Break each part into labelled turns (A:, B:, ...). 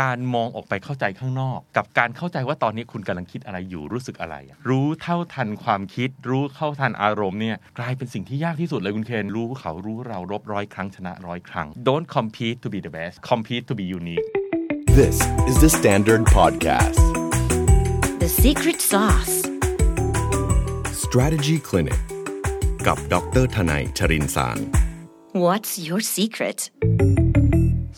A: การมองออกไปเข้าใจข้างนอก กับการเข้าใจว่าตอนนี้คุณกำลังคิดอะไรอยู่รู้สึกอะไรอะรู้เท่าทันความคิด รู้เข้าทันอารมณ์เนี่ยกลายเป็นสิ่งที่ยากที่สุดเลยคุณเคนรู้เขารู้เรารบร้อยครั้งชนะร้อยครั้ง don't compete to be the best compete to be unique
B: This is the Standard Podcast.
C: The secret sauce.
B: Strategy Clinic กับดรทนายชรินสาร
C: What's your secret?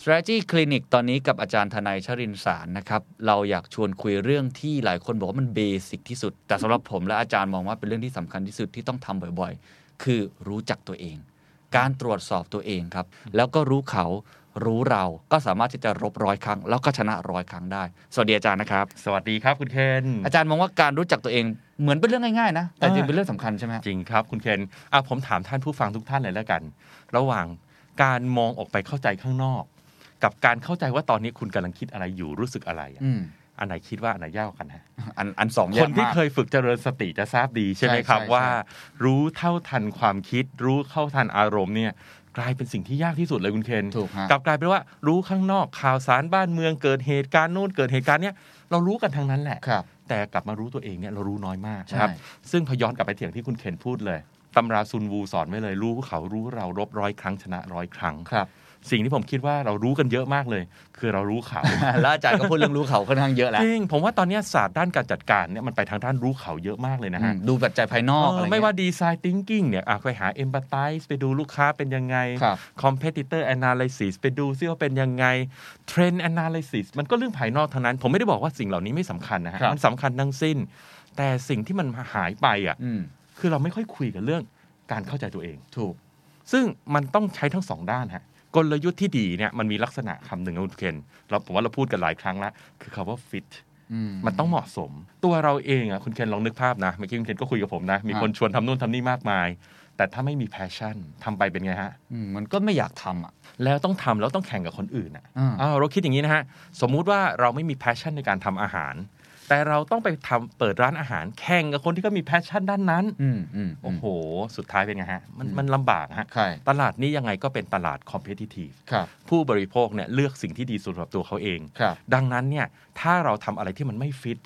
D: Strategy Clinic ตอนนี้กับอาจารย์ทนายชรินสารนะครับ เราอยากชวนคุยเรื่องที่หลายคนบอกว่ามันเบสิกที่สุด แต่สำหรับผมและอาจารย์มองว่าเป็นเรื่องที่สำคัญที่สุดที่ต้องทำบ่อยๆ คือรู้จักตัวเอง การตรวจสอบตัวเองครับ แล้วก็รู้เขารู้เราก็สามารถที่จะรบร้อยครั้ง แล้วก็ชนะร้อยครั้งได้ สวัสดีอาจารย์นะครับ
A: สวัสดีครับคุณเคน
D: อาจารย์มองว่าการรู้จักตัวเองเหมือนเป็นเรื่องง่ายๆนะแต่จริงๆเป็นเรื่องสำคัญใช่ไหมฮะ
A: จริงครับ คุณเคนอ่ะผมถามท่านผู้ฟังทุกท่านเลยแล้วกัน ระหว่างการมองออกไปเข้าใจข้างนอก กับการเข้าใจว่าตอนนี้คุณกำลังคิดอะไรอยู่รู้สึกอะไรอะ
D: อืม
A: อันไหนคิดว่าอันไหนยากกว่ากันฮะ
D: อันอันสอง
A: ค
D: ยาน ก
A: ที่
D: มาก
A: เคยฝึกเจริญสติจะทราบดีใช่ไหม
D: ใช่
A: ครับ
D: ใช่
A: ว่า
D: ใช่
A: รู้เท่าทันความคิด รู้เข้าทันอารมณ์เนี่ยกลายเป็นสิ่งที่ยากที่สุดเลยคุณเคน
D: ถูกฮะ
A: กลับกลายเป็นว่ารู้ข้างนอกข่าวสารบ้านเมืองเกิดเหตุการณ์นู่นเกิดเหตุการณ์เนี้ยเรารู้กันทั้งนั้นแหละ
D: ครับ
A: แต่กลับมารู้ตัวเองเนี่ยเรารู้น้อยมาก
D: ใช่
A: นะครับ ซึ่งพอย้อนกลับไปเถียงที่คุณเคนพูดเลยตำราซุนวูสอนไว้เลย รู้เขารู้เรารบร้อยครั้งชนะร้อยครั้ง
D: ครับ
A: สิ่งที่ผมคิดว่าเรารู้กันเยอะมากเลย คือเรารู้เขา
D: แล้วอาจารย์ก็พูดเรื่องรู้เขาค่อนข้างเยอะแล้ว
A: จริงผมว่าตอนเนี้ยศาสตร์ด้านการจัดการเนี่ยมันไปทางด้านรู้เขาเยอะมากเลยนะ
D: อื
A: ฮะ
D: มดูปัจจัยภายนอก
A: เออ
D: อะไรเงี้ย
A: ไม่ว่าดีไซน์ thinking เนี่ยอ่ะไปหา empathize ไปดูลูกค้าเป็นยังไง
D: ครับ
A: competitor analysis ไปดูซิว่าเป็นยังไง trend analysis มันก็เรื่องภายนอกทั้งนั้น ผมไม่ได้บอกว่าสิ่งเหล่านี้ไม่สำคัญนะฮะ
D: ครับ
A: มันสำคัญทั้งสิ้น แต่สิ่งที่มันหายไปอ่ะ
D: อืม
A: คือเราไม่ค่อยคุยกันเรื่องการเข้าใจตัวเอง
D: ถูก
A: ซึ่งมันต้องใช้ทั้งสองด้านฮะกลยุทธ์ที่ดีเนี่ยมันมีลักษณะคำหนึ่งนะคุณเคนเราผมว่าเราพูดกันหลายครั้งละคือคำว่า fit
D: อืม
A: มันต้องเหมาะสม ตัวเราเองอ่ะคุณเคนลองนึกภาพนะเมื่อกี้คุณเคนก็คุยกับผมนะ มี
D: ครับ
A: คนชวนทำนู่นทำนี่มากมาย แต่ถ้าไม่มี passion ทำไปเป็นไงฮะ
D: อืมมันก็ไม่อยากทำอ่ะ
A: แล้วต้องทำแล้วต้องแข่งกับคนอื่นอ่ะ
D: อ่า
A: อ้าวเราคิดอย่างนี้นะฮะ สมมุติว่าเราไม่มี passion ในการทำอาหาร แต่เราต้องไปทำเปิดร้านอาหารแข่งกับคนที่ก็มี passion ด้านนั้น
D: อืมอืม
A: โอ้โห สุดท้ายเป็นไงฮะ มันมันลำบากฮะ
D: ใช่
A: ตลาดนี้ยังไงก็เป็นตลาด competitive
D: ครับ
A: ผู้บริโภคเนี่ยเลือกสิ่งที่ดีสุดสำหรับตัวเขาเอง
D: ครับ
A: ดังนั้นเนี่ยถ้าเราทำอะไรที่มันไม่ฟิต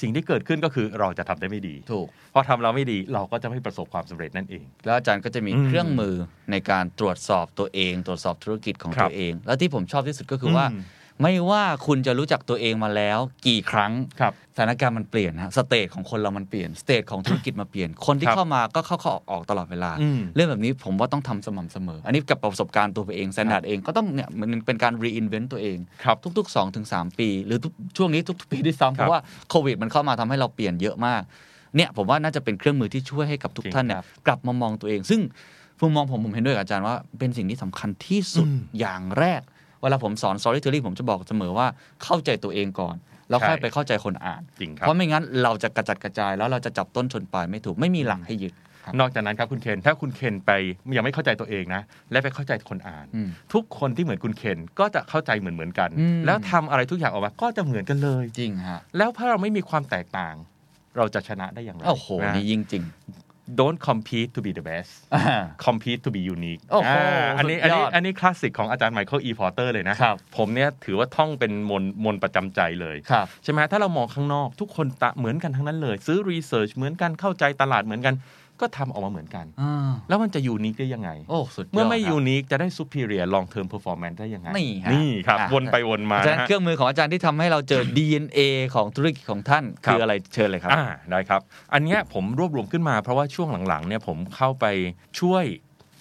A: สิ่งที่เกิดขึ้นก็คือเราจะทำได้ไม่ดี
D: ถูก
A: พอทำเราไม่ดีเราก็จะไม่ประสบความสำเร็จนั่นเอง
D: แล้วอาจารย์ก็จะมี
A: อืม
D: เครื่องมือในการตรวจสอบตัวเอง ตรวจสอบธุรกิจของ
A: ครับ
D: ตัวเอง แล้วที่ผมชอบที่สุดก็คือว่า
A: อืม
D: ไม่ว่าคุณจะรู้จักตัวเองมาแล้ว กี่ครั้ง
A: ครับ
D: สถานการณ์มันเปลี่ยนนะฮะสเตจของคนเรามันเปลี่ยน สเตจของธุรกิจมาเปลี่ยน คนที่
A: ครับ
D: เข้ามาก็เข้าเข้าออกออกตลอดเวลา
A: อืม
D: เรื่องแบบนี้ผมว่าต้องทำสม่ำเสมอ อันนี้กับประสบการณ์ตัวเองแซนด์ดเองก็ต้องเนี่ยมันเป็นการรีอินเวนต์ตัวเอง
A: ครับ
D: ทุกๆ2อถึงสปี หรือทุกช่วงนี้ทุกๆปีด้วยซ้ำ
A: ครับ
D: เพราะว่าโควิดมันเข้ามาทำให้เราเปลี่ยนเยอะมาก เนี่ยผมว่าน่าจะเป็นเครื่องมือที่ช่วยให้กับทุก
A: จริง
D: ท่านเนี่
A: ค
D: ย
A: รับ
D: กลับมามองตัวเอง ซึ่งผมมองผมผมเห็นด้วยกับอาจารย์ว่าเป็นสิ่งที่สำคัญที่สุด
A: อืม
D: อย่างแรก เวลาผมสอน storytelling ผมจะบอกเสมอว่าเข้าใจตัวเองก่อน แล้วค่อย
A: ใช่
D: ไปเข้าใจคนอ่าน
A: จริงครั
D: เพ
A: บ
D: ราะไม่งั้นเราจะกระจัดกระจายแล้วเราจะจับต้นชนปลายไม่ถูกไม่มีหลักให้ยึดครับ
A: นอกจากนั้นครับคุณเคนถ้าคุณเคนไปยังไม่เข้าใจตัวเองนะ และไปเข้าใจคนอ่าน
D: อืม
A: ทุกคนที่เหมือนคุณเคนก็จะเข้าใจเหมือนเหมือนๆกัน
D: อืม
A: แล้วทำอะไรทุกอย่างออกมาก็จะเหมือนกันเลย
D: จริงฮะ
A: แล้วถ้าเราไม่มีความแตกต่าง เราจะชนะได้อย่างไร
D: โอ้โห
A: นะ
D: นี่ยิ่งจริง
A: Don't compete to be the best compete to be unique
D: โอ้โห
A: าอันนี้อั
D: สุด
A: น
D: ยอ
A: นี้
D: ด
A: อันนี้คลาสสิกของอาจารย์ไมเคิลอีพอร์เตอร์เลยนะ
D: ครับ
A: ผมเนี่ยถือว่าท่องเป็นมนต์มนต์ประจำใจเลย
D: ครับ
A: ใช่ไหมถ้าเรามองข้างนอกทุกคนตะเหมือนกันทั้งนั้นเลย ซื้อรีเสิร์ชเหมือนกันเข้าใจตลาดเหมือนกัน ก็ทำออกมาเหมือนกัน
D: อ่า
A: แล้วมันจะยูนิคได้ยังไง
D: โอ้สุดยอด
A: เมื่อไม่
D: ครับ
A: ยูนิคจะได้ superior long term performance ได้ยังไง
D: นี่ฮะ
A: ครับ
D: อ่ะ
A: วนไปวนมา
D: อาจารย์
A: นะฮะ
D: เครื่องมือของอาจารย์ที่ทำให้เราเจอ DNA ของธุรกิจของท่าน
A: ครับ
D: คืออะไรเชิญเลยครับ
A: อ่าได้ครับ อันเนี้ยผมรวบรวมขึ้นมาเพราะว่าช่วงหลังๆเนี่ยผมเข้าไปช่วย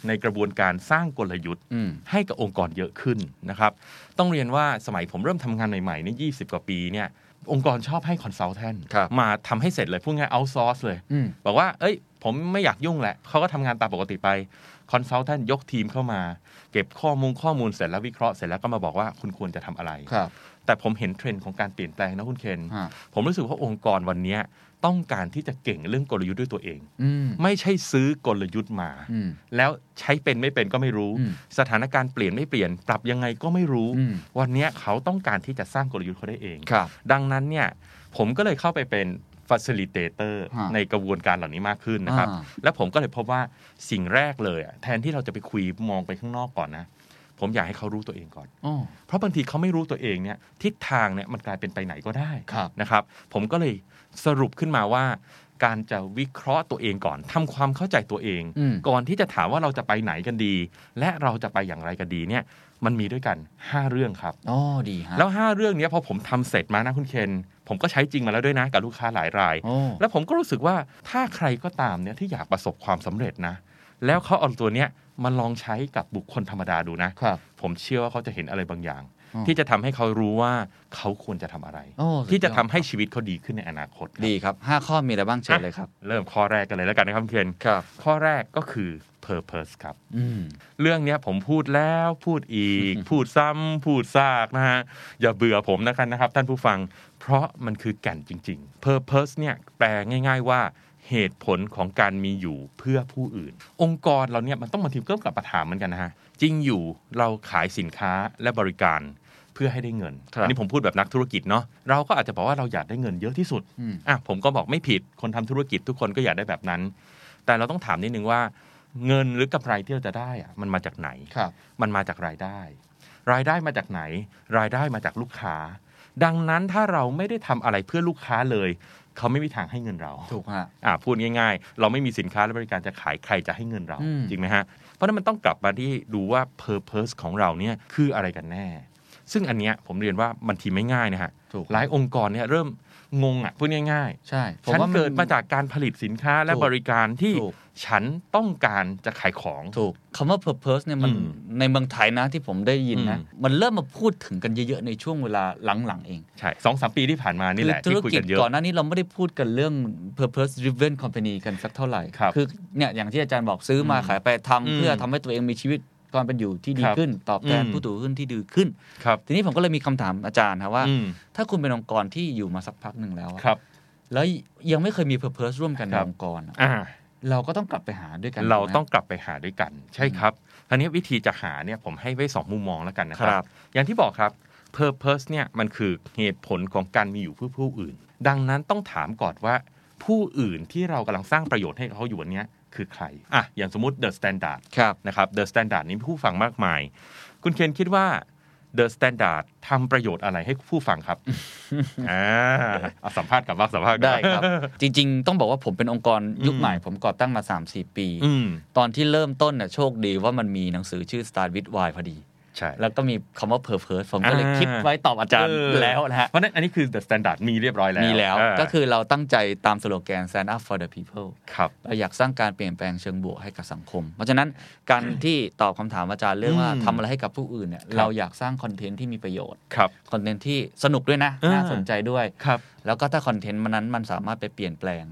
A: ในกระบวนการสร้างกลยุทธ์
D: อืม
A: ให้กับองค์กรเยอะขึ้นนะครับ ต้องเรียนว่าสมัยผมเริ่มทำงานใหม่ๆเนี่ยยีกว่าปีเนี่ยองค์กรชอบให้คอนซัลแทน
D: ครับ
A: มาทำให้เสร็จเลยพูดง่ายเอาซอร์สเลย
D: อืม
A: บอกว่า เอ้ย ผมไม่อยากยุ่งแหละ เขาก็ทำงานตามปกติไป คอนซัลแทนยกทีมเข้ามา เก็บข้อมูลข้อมูลเสร็จแล้ววิเคราะห์เสร็จแล้วก็มาบอกว่าคุณควรจะทำอะไร
D: ครับ
A: แต่ผมเห็นเทรนด์ของการเปลี่ยนแปลงนะคุณเคน
D: ฮะ
A: ผมรู้สึกว่าองค์กรวันเนี้ยต้องการที่จะเก่งเรื่องกลยุทธ์ด้วยตัวเอง
D: อืม
A: ไม่ใช่ซื้อกลยุทธ์มา
D: อืม
A: แล้วใช้เป็นไม่เป็นก็ไม่รู้
D: อืม
A: สถานการณ์เปลี่ยนไม่เปลี่ยน ปรับยังไงก็ไม่รู้
D: อืม
A: วันเนี้ยเขาต้องการที่จะสร้างกลยุทธ์เขาได้เอง
D: ครับ
A: ดังนั้นเนี่ยผมก็เลยเข้าไปเป็น facilitator
D: ฮะ
A: ในกระบวนการเหล่านี้มากขึ้นนะครับ
D: อ่า
A: แล้วผมก็เลยพบว่าสิ่งแรกเลยอะแทนที่เราจะไปคุยมองไปข้างนอกก่อนนะ ผมอยากให้เขารู้ตัวเองก่อน
D: อ๋อ
A: เพราะบางทีเขาไม่รู้ตัวเองเนี่ยทิศทางเนี่ยมันกลายเป็นไปไหนก็ได้
D: ครับ
A: นะครับ ผมก็เลยสรุปขึ้นมาว่า การจะวิเคราะห์ตัวเองก่อนทำความเข้าใจตัวเอง
D: อืม
A: ก่อนที่จะถามว่าเราจะไปไหนกันดี และเราจะไปอย่างไรกันดีเนี่ยมันมีด้วยกัน 5 เรื่องครับ
D: อ๋อดีฮะ
A: แล้ว 5 เรื่องเนี้ยพอผมทำเสร็จมานะคุณเคนผมก็ใช้จริงมาแล้วด้วยนะกับลูกค้าหลายราย
D: โอ้
A: แล้วผมก็รู้สึกว่าถ้าใครก็ตามเนี่ยที่อยากประสบความสำเร็จนะ แล้วเขาเอาตัวเนี้ยมาลองใช้กับบุคคลธรรมดาดูนะ
D: ครับ
A: ผมเชื่อว่าเขาจะเห็นอะไรบางอย่าง
D: อ๋อ
A: ที่จะทำให้เขารู้ว่าเขาควรจะทำอะไร
D: โอ้สุดยอด
A: ที่จะทำให้ชีวิตเขาดีขึ้นในอนาคตครับ
D: ดีครับห้าข้อมีอะไรบ้างเชิญเลยครับ
A: เริ่มข้อแรกกันเลยแล้วกันนะครับคุณเคน
D: ครับ
A: ข้อแรกก็คือ purpose ครับ
D: อืม
A: เรื่องเนี้ยผมพูดแล้วพูดอี ก พูดซ้ำพูดซากนะฮะ อย่าเบื่อผมนะครับนะครับ ท่านผู้ฟัง เพราะมันคือแก่นจริง ๆ purpose เนี่ยแปลง่าย ๆ ว่าเหตุผลของการมีอยู่เพื่อผู้อื่น องค์กรเราเนี่ยมันต้องมาทีมก็กลับมาถามเหมือนกันนะฮะ จริงอยู่เราขายสินค้าและบริการเพื่อให้ได้เงิน
D: ครับ
A: อันนี่ผมพูดแบบนักธุรกิจเนาะเราก็อาจจะบอกว่าเราอยากได้เงินเยอะที่สุด
D: อืม
A: อ่ะผมก็บอกไม่ผิดคนทำธุรกิจทุกคนก็อยากได้แบบนั้น แต่เราต้องถามนิดนึงว่า เงินหรือกำไรที่เราจะได้อะมันมาจากไหน
D: ครับ
A: มันมาจากรายได้ รายได้มาจากไหน รายได้มาจากลูกค้า ดังนั้นถ้าเราไม่ได้ทำอะไรเพื่อลูกค้าเลย เขาไม่มีทางให้เงินเรา
D: ถูกฮะ
A: อ่าพูดง่าย ๆ เราไม่มีสินค้าและบริการจะขายใครจะให้เงินเรา
D: อืม
A: จริงไหมฮะ เพราะฉะนั้นมันต้องกลับมาที่ดูว่า purpose ของเราเนี่ยคืออะไรกันแน่ ซึ่งอันเนี้ยผมเรียนว่ามันทีไม่ง่ายนะฮะ
D: ถูก
A: หลายองค์กรเนี่ยเริ่มงงอ่ะพูดง่าย ๆ
D: ใช่ผม
A: ฉัน
D: ว่า
A: เกิดมาจากการผลิตสินค้าและ
D: ถูก
A: บริการที่
D: ถูก
A: ฉันต้องการจะขายของ
D: ถูกคำว่า purpose เนี่ยมัน
A: อืม
D: ในเมืองไทยนะที่ผมได้ยินนะ
A: อืม
D: มันเริ่มมาพูดถึงกันเยอะๆ ในช่วงเวลาหลังๆเอง
A: ใช่สองสามปีที่ผ่านมานี่
D: คื
A: แหละ
D: ธุร
A: ที่คุย
D: กิจ
A: กันเยอะ
D: ก่อนหน้านี้เราไม่ได้พูดกันเรื่อง purpose driven company กันสักเท่าไหร่
A: ครับ
D: อเนี่ยอย่างที่อาจารย์บอกซื้อมา
A: อืม
D: ขายไปทำ
A: อืม
D: เพื่อทำให้ตัวเองมีชีวิตความเป็นอยู่ที่ดี
A: ครับ
D: ขึ้น ตอบแทน
A: อืม
D: ผู้ถือหุ้นที่ดีขึ้น
A: ครับ
D: ทีนี้ผมก็เลยมีคำถามอาจารย์ครับว่า
A: อืม
D: ถ้าคุณเป็นองค์กรที่อยู่มาสักพักหนึ่งแล้วอะ
A: ครับ
D: แล้วยังไม่เคยมี purpose ร่วมกันใน
A: ครับ
D: องค์กรอะ
A: อ่า
D: เราก็ต้องกลับไปหาด้วยกัน
A: เรา
D: ถูกไหม
A: ต้องกลับไปหาด้วยกัน ใช่ครับทีนี้วิธีจะหาเนี่ยผมให้ไว้สองมุมมองแล้วกันนะครั
D: ครับ
A: อย่างที่บอกครับ purpose เนี่ยมันคือเหตุผลของการมีอยู่เพื่อผู้อื่น ดังนั้นต้องถามก่อนว่า ผู้อื่นที่เรากำลังสร้างประโยชน์ให้เขาอยู่วันเนี้ยคือใครอ่ะอย่างสมมติ the standard
D: ครับ
A: นะครับ The Standard นี้ผู้ฟังมากมาย คุณเคนคิดว่า The Standard ทำประโยชน์อะไรให้ผู้ฟัง ครับ อ่าเอาสัมภาษณ์กลับบ้างสัมภาษณ์ก
D: ได้
A: ลัาง
D: ครับ จริง ๆ ต้องบอกว่าผมเป็นองค์กรยุคใหม่ ผมก่อตั้งมา 3-4 ปี
A: อืม
D: ตอนที่เริ่มต้นเนี่ยโชคดีว่ามันมีหนังสือชื่อ Start with Why พอดี
A: ใช่
D: แล้วก็มีคำว่า purpose ผมก็เลย
A: อ่า
D: คิดไว้ตอบอาจารย์แล้วนะฮะ
A: เพราะฉนั้นอันนี้คือ The Standard มีเรียบร้อยแล้ว
D: มีแล้ว
A: เ
D: ก็คือเราตั้งใจตามสโลแกน stand up for the people
A: ครับ
D: เราอยากสร้างการเปลี่ยนแปลงเชิงบวกให้กับสังคม เพราะฉะนั้นการที่ตอบคำถามอาจารย์เรื่องว่า
A: อืม
D: ทำอะไรให้กับผู้อื่นเนี่ย
A: ครับ
D: เราอยากสร้างคอนเทนต์ที่มีประโยชน์
A: ครับ
D: คอนเทนต์ที่สนุกด้วยนะ
A: อ่า
D: น่าสนใจด้วย
A: ครับ
D: แล้วก็ถ้าคอนเทนต์มันนั้นมันสามารถไปเปลี่ยนแปลง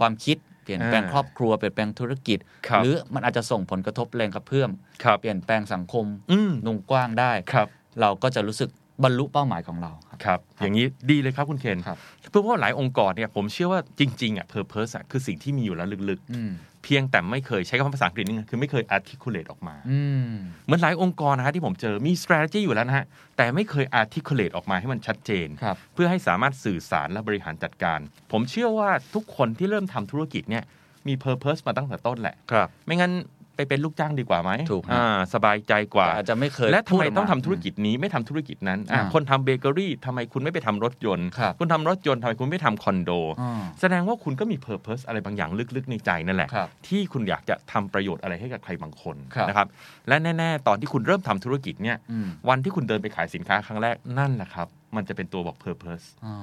D: ความคิดเปลี่ยนแปลง
A: อ่า
D: ครอบครัวเปลี่ยนแปลงธุรกิจ
A: ครับ
D: หรือมันอาจจะส่งผลกระทบแรงกระเพื่อม
A: ครับ
D: เปลี่ยนแปลงสังคม
A: อืม
D: นุ่งกว้างได้
A: ครับ
D: เราก็จะรู้สึกบรรลุเป้าหมายของเราครับ
A: ครับ อย่างนี้ดีเลยครับคุณเคน
D: ครับ
A: เพราะว่าหลายองค์กรเนี่ยผมเชื่อว่าจริง ๆ อ่ะ purpose อ่ะคือสิ่งที่มีอยู่แล้วลึก
D: อืม
A: ๆ เพียงแต่ไม่เคยใช้คำว่าภาษาอังกฤษนี่ไงคือไม่เคย articulate ออกมา
D: อืม
A: เหมือนหลายองค์กรนะฮะที่ผมเจอมี strategy อยู่แล้วนะฮะ แต่ไม่เคย articulate ออกมาให้มันชัดเจน
D: ครับ
A: เพื่อให้สามารถสื่อสารและบริหารจัดการ ผมเชื่อว่าทุกคนที่เริ่มทำธุรกิจเนี่ยมี purpose มาตั้งแต่ต้นแหละ
D: ครับ
A: ไม่งั้นไปเป็นลูกจ้างดีกว่าไหม
D: ถูกฮะ
A: อ่าสบายใจกว่า
D: อาจจะไม่เคย
A: และทำไม
D: พูดกา
A: ต้องทำธุรกิจนี้ไม่ทำธุรกิจนั้นอ่ะ
D: อ่า
A: คนทำเบเกอรี่ทำไมคุณไม่ไปทำรถยนต์
D: ครับ
A: คุณทำรถยนต์ทำไมคุณไม่ทำคอนโด
D: อ่า
A: แสดงว่าคุณก็มี purpose อะไรบางอย่างลึกๆ ในใจนั่นแหละ
D: ครับ
A: ที่คุณอยากจะทำประโยชน์อะไรให้กับใครบางคน
D: ครับ
A: นะครับ และแน่ ๆ ตอนที่คุณเริ่มทำธุรกิจเนี่ย
D: อืม
A: วันที่คุณเดินไปขายสินค้าครั้งแรกนั่นแหละครับ มันจะเป็นตัวบอก purpose
D: อ่า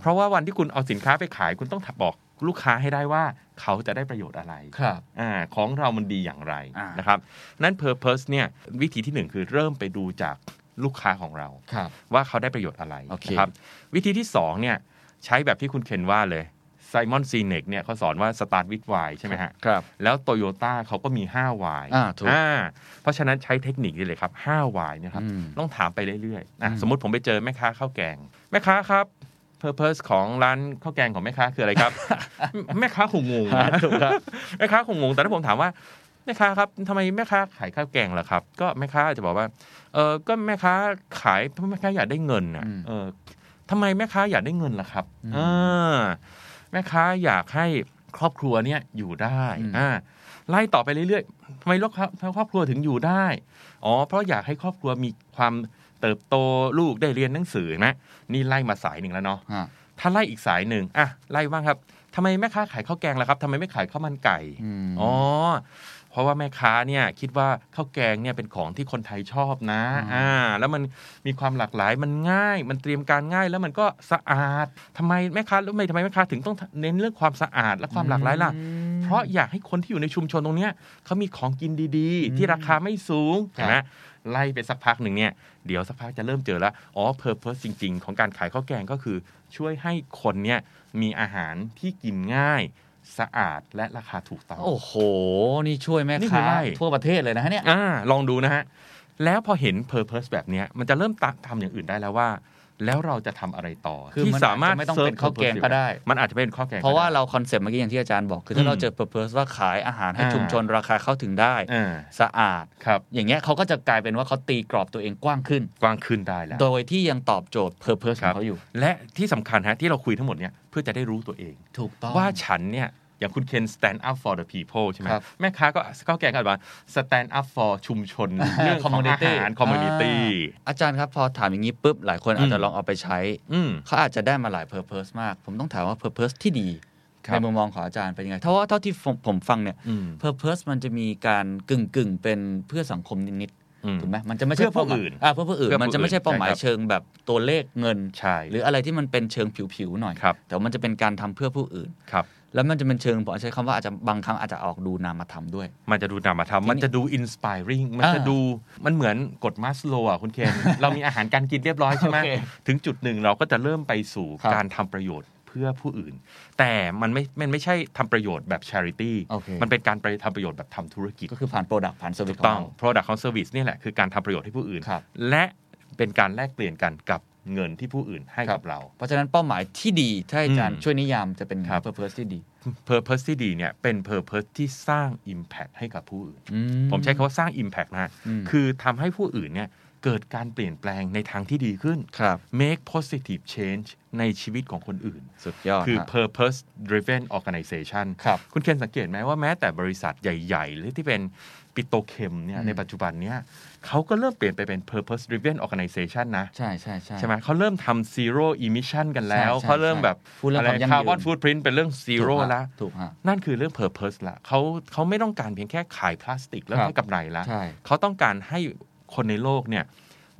A: เพราะว่าวันที่คุณเอาสินค้าไปขาย คุณต้องบอกลูกค้าให้ได้ว่าเขาจะได้ประโยชน์อะไร
D: ครับ
A: อาของเรามันดีอย่างไร
D: อ่าน
A: นะครับ นั่น purpose เนี่ยวิธีที่หนึ่งคือเริ่มไปดูจากลูกค้าของเรา
D: ครับ
A: ว่าเขาได้ประโยชน์อะไร
D: โอเค
A: นะครับวิธีที่2เนี่ยใช้แบบที่คุณเคนว่าเลยไซมอนซีเนกเนี่ยเขาสอนว่า start with why ใช่ไหมฮะ
D: ครับ
A: แล้วโตโยต้าเขาก็มี 5 why
D: อ่าถูก
A: อ่าเพราะฉะนั้นใช้เทคนิคนี้เลยครับ 5 why นะครับ
D: อืม
A: ต้องถามไปเรื่อยๆอ่ะ
D: อืม
A: สมมติผมไปเจอแม่ค้าข้าวแกง แม่ค้าครับ purpose ของร้านข้าวแกงของแม่ค้าคืออะไร ครับ แม่ค้าคงงงนะ
D: ถูกครับ
A: แม่ค้าคงงงแต่ถ้าผมถามว่าแม่ค้าครับทำไมแม่ค้าขายข้าวแกงล่ะครับ ก็แม่ค้าอาจจะบอกว่าเออก็แม่ค้าขายเพราะแม่ค้าอยากได้เงินน่ะ
D: อืม
A: เออทำไมแม่ค้าอยากได้เงินล่ะครับ
D: อืม
A: เออแม่ค้าอยากให้ครอบครัวเนี่ยอยู่ได้
D: อืม
A: อ่า ไล่ต่อไปเรื่อยๆทำไมลูกครับทำไมครอบครัวถึงอยู่ได้ อ๋อ เพราะอยากให้ครอบครัวมีความเติบโตลูกได้เรียนหนังสือเห็นะนี่ไล่มาสายหนึ่งแล้วเนาะ
D: ฮะ
A: ถ้าไล่อีกสายหนึ่งอ่ะไล่บ้างครับทำไมแม่ค้าขายข้าวแกงล่ะครับทำไมไม่ขายข้าวมันไก่
D: อืม
A: อ๋อ เพราะว่าแม่ค้าเนี่ยคิดว่าข้าวแกงเนี่ยเป็นของที่คนไทยชอบนะ
D: อืม
A: อ่า แล้วมันมีความหลากหลาย มันง่าย มันเตรียมการง่ายแล้วมันก็สะอาดทำไมแม่ค้ารู้ไหมทำไมแม่ค้าถึงต้องเน้นเรื่องความสะอาดและความหลากหลายล่ะ
D: อืม
A: เพราะอยากให้คนที่อยู่ในชุมชนตรงเนี้ยเขามีของกินดี
D: อื
A: ๆ
D: ม
A: ที่ราคาไม่สูง
D: ครับ
A: เห็นไหมไล่ไปสักพักหนึ่งเนี่ยเดี๋ยวสักพักจะเริ่มเจอแล้วอ๋อเพอร์เพสจริง ๆ ของการขายข้าวแกงก็คือ ช่วยให้คนเนี่ยมีอาหารที่กินง่าย สะอาดและราคาถูกต้อง
D: โอ้โห นี่ช่วยแม่
A: นี่คือ
D: ค้า
A: ไล่
D: ทั่วประเทศเลยนะฮะเนี่ย
A: อ่าลองดูนะฮะ แล้วพอเห็นเพอร์เพสแบบเนี้ยมันจะเริ่มตะทำอย่างอื่นได้แล้วว่า แล้วเราจะทำอะไรต่อ
D: คือ
A: ที่
D: มัน
A: สามารถ
D: อาจจะไม่ต้องเป็นข้าวแกงก็ได้
A: มันอาจจะไม่เป็นข้าวแกง
D: เพราะว่า
A: ก็ได้
D: เราคอนเซปต์เมื่อกี้อย่างที่อาจารย์บอก คือ
A: อื
D: ถ้าม เราเจอ purpose ว่าขายอาหารให้
A: อ่า
D: ชุมชนราคาเข้าถึงได้
A: อ่า
D: สะอาด
A: ครับ
D: อย่างเงี้ยเขาก็จะกลายเป็นว่าเขาตีกรอบตัวเองกว้างขึ้น
A: กว้างขึ้นได้แล้ว
D: โดยที่ยังตอบโจทย์ purpose
A: ค
D: ข
A: รั
D: อบ งเขาอยู่
A: และที่สำคัญฮะที่เราคุยทั้งหมดเนี่ยเพื่อจะได้รู้ตัวเอง
D: ถูกต้อง
A: ว่าฉันเนี่ย อย่างคุณเคน stand up for the people ใช่ไหม
D: ครับ
A: แม่ค้าก็ก็แกงกันว่า stand up for ชุมช น เรื่องของอา
D: community
A: หาร community
D: อาจารย์ครับ พอถามอย่างนี้ปุ๊บ หลายคนอาจจะลองเอาไปใช้
A: อืม
D: เขาอาจจะได้มาหลาย purpose มาก ผมต้องถามว่า purpose ที่ดี
A: ครับ
D: ในมุมมองของอาจารย์เป็นยังไงเพราะว่าเท่าที่ผมผมฟังเนี่ย
A: อืม
D: purpose มันจะมีการกึ่งกึ่งๆเป็นเพื่อสังคมนิด
A: อืม
D: ๆถูกไหมมันจะไม่ใช่
A: เพื่อผู้
D: เป้าหมาย
A: อื่น
D: อ่าเพื่อผู้อื่น
A: เพื่อผู้
D: มันจะไม่ใช่เป้าหมาย
A: อื่นใช่ครับ
D: เชิงแบบตัวเลขเงิน
A: ใช่
D: หรืออะไรที่มันเป็นเชิงผิวๆหน่อย
A: ครับ
D: แต่ว่ามันจะเป็นการทำเพื่อผู้อื่น
A: ครับ
D: แล้วมันจะเป็นเชิงผมใช้คำว่าอาจจะบางครั้งอาจจะออกดูนามธรรมด้วย
A: มันจะดูนามธรรมมันจะดู inspiring มันจะ
D: อ่า
A: ดูมันเหมือนกฎมัสโลว์อ่ะคุณเคน เรามีอาหารการกินเรียบร้อยใช่ไหม
D: โอเค
A: ถึงจุดหนึ่งเราก็จะเริ่มไปสู่
D: ครับ
A: การทำประโยชน์เพื่อผู้อื่น แต่มันไม่มันไม่ใช่ทำประโยชน์แบบ charity
D: โอเค
A: มันเป็นการไปทำประโยชน์แบบทำธุรกิจ
D: ก็คือผ่านโปรดักต์ผ่านเซอร์วิส
A: ถูก
D: ของ
A: ต้อง
D: เรา
A: Product ของ Service นี่แหละคือการทำประโยชน์ให้ผู้อื่น
D: ครับ
A: และเป็นการแลกเปลี่ยนกันกับเงินที่ผู้อื่นให้
D: ครั
A: กับบ เรา
D: เพราะฉะนั้นเป้าหมายที่ดีถ้าอาจารย์
A: อืม
D: ช่วยนิยามจะเป็น
A: ครับ
D: เพอร์เพสที่ดี
A: Purpose ที่ดีเนี่ยเป็น Purpose ที่สร้าง Impact ให้กับผู้อื่น
D: อื
A: ผมใช้คำว่าสร้าง Impact นะฮะ
D: อืม
A: คือทำให้ผู้อื่นเนี่ยเกิดการเปลี่ยนแปลงในทางที่ดีขึ้น
D: ครับ
A: make positive change ในชีวิตของคนอื่น
D: สุดยอด
A: คือ
D: ฮะ
A: purpose driven organization
D: ครับ
A: คุณเคนสังเกตไหมว่าแม้แต่บริษัทใหญ่ๆ หรือที่เป็นปิโตรเคมเนี่ย
D: อืม
A: ในปัจจุบันเนี่ยเขาก็เริ่มเปลี่ยนไปเป็น purpose driven organization นะ
D: ใช่ใช่ใช่
A: ใช่ไหมเขาเริ่มทำ zero emission กันแล้ว
D: ใช่ใช่
A: เขาเริ่มแบบ
D: พูดเรื่อง
A: อะไร
D: ความยั่งยืน
A: คาร์บอนฟูดพิ้นเป็นเรื่อง zero
D: ถูกฮะ
A: แล้ว
D: ถูกฮะ
A: นั่นคือเรื่อง purpose ละเขาเขาไม่ต้องการเพียงแค่ขายพลาสติกแล้ว
D: ครับ
A: ให้กำไรละ
D: ใช่
A: เขาต้องการให้คนในโลกเนี่ย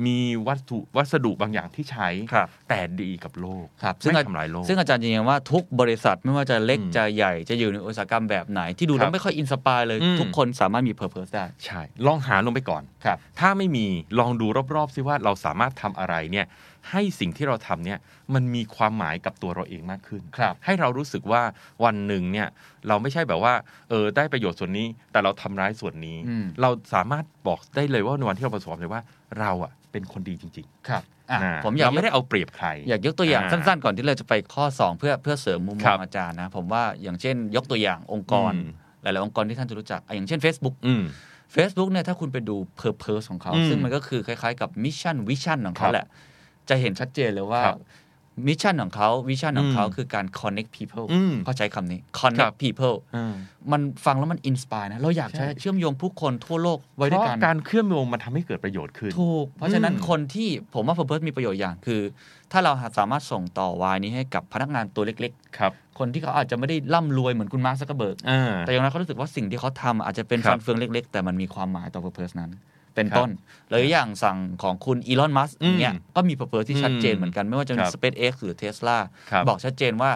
A: มีวัตถุวัสดุบางอย่างที่ใช้
D: ครับ
A: แต่ดีกับโลก
D: ครับซึ่ง
A: ไม่
D: อา
A: ทำลายโลก
D: ซึ่งอาจารย์ยืนยันว่าทุกบริษัทไม่ว่าจะเล็ก
A: อืม
D: จะใหญ่จะอยู่ในอุตสาหกรรมแบบไหนที่ดู
A: ครับ
D: แล้วไม่ค่อยอินสปายเลย
A: อืม
D: ทุกคนสามารถมีเพอร์เพสได้
A: ใช่ ลองหาลงไปก่อน
D: ครับ
A: ถ้าไม่มีลองดูรอบๆซิว่าเราสามารถทำอะไรเนี่ยให้สิ่งที่เราทำเนี่ยมันมีความหมายกับตัวเราเองมากขึ้น
D: ครับ
A: ให้เรารู้สึกว่าวันหนึ่งเนี่ยเราไม่ใช่แบบว่าเออได้ประโยชน์ส่วนนี้ แต่เราทำร้ายส่วนนี้
D: อืม
A: เราสามารถบอกได้เลยว่าในวันที่เราประสบความสำเลยว่าเราอะเป็นคนดีจริง
D: ครับ
A: ๆนะ
D: ผมอยาก
A: เรไม่ได้เอาเปรียบใคร
D: อยากยกตัวอย่าง
A: อ่า
D: สั้นๆ ก่อนที่เราจะไปข้อ 2 เพื่อเพื่อเสริมมุมม
A: ครั
D: อง
A: บ
D: อาจารย์นะผมว่าอย่างเช่น ยกตัวอย่างองค์กร
A: อืม
D: หลายๆองค์กรที่ท่านจะรู้จักอ่ะอย่างเช่น Facebook
A: อืม
D: Facebook เนี่ยถ้าคุณไปดู Purpose ของเขา
A: อืม
D: ซึ่งมันก็คือคล้ายๆกับมิชชั่นวิชั่นของ
A: ครั
D: เขา
A: บ
D: แหละ จะเห็นชัดเจนเลยว่า
A: ครับ
D: มิชชั่นของเขาวิชั่นของเขา
A: อืม
D: คือการ connect people
A: อืม
D: เขาใช้คำนี้
A: ครั
D: connect
A: บ
D: people
A: อ่า
D: มันฟังแล้วมันอินสปายนะ เราอยาก
A: ใช่
D: จะเชื่อมโยงผู้คนทั่วโลกไว้
A: เพ
D: ด้วย
A: ราะ
D: กัน
A: การเคลื่อนโยงมันทำให้เกิดประโยชน์ขึ้น
D: ถูก เพราะฉะนั้น
A: อืม
D: คนที่ผมว่า Purpose มีประโยชน์อย่างคือ ถ้าเราสามารถส่งต่อวายนี้ให้กับพนักงานตัวเล็ก
A: ครับ
D: ๆ คนที่เขาอาจจะไม่ได้ร่ำรวยเหมือนคุณมาร์คซักเกอร์เบิร์ก
A: อ่า
D: แต่อย่างไรเขารู้สึกว่าสิ่งที่เขาทำอาจจะเป็น
A: ครับ
D: ฟันเฟืองเล็ก ๆ แต่มันมีความหมายต่อ purpose นั้น เป็น
A: ครับ
D: ต้นหรืออย่างสั่งของคุณอีลอนมัส
A: อืม
D: เนี่ยก็มี purpose ที่ชัดเจน
A: อืม
D: เหมือนกัน ไม่ว่าจะเป็น
A: ครับ
D: SpaceX หรือ Tesla
A: ครับ
D: บอกชัดเจนว่า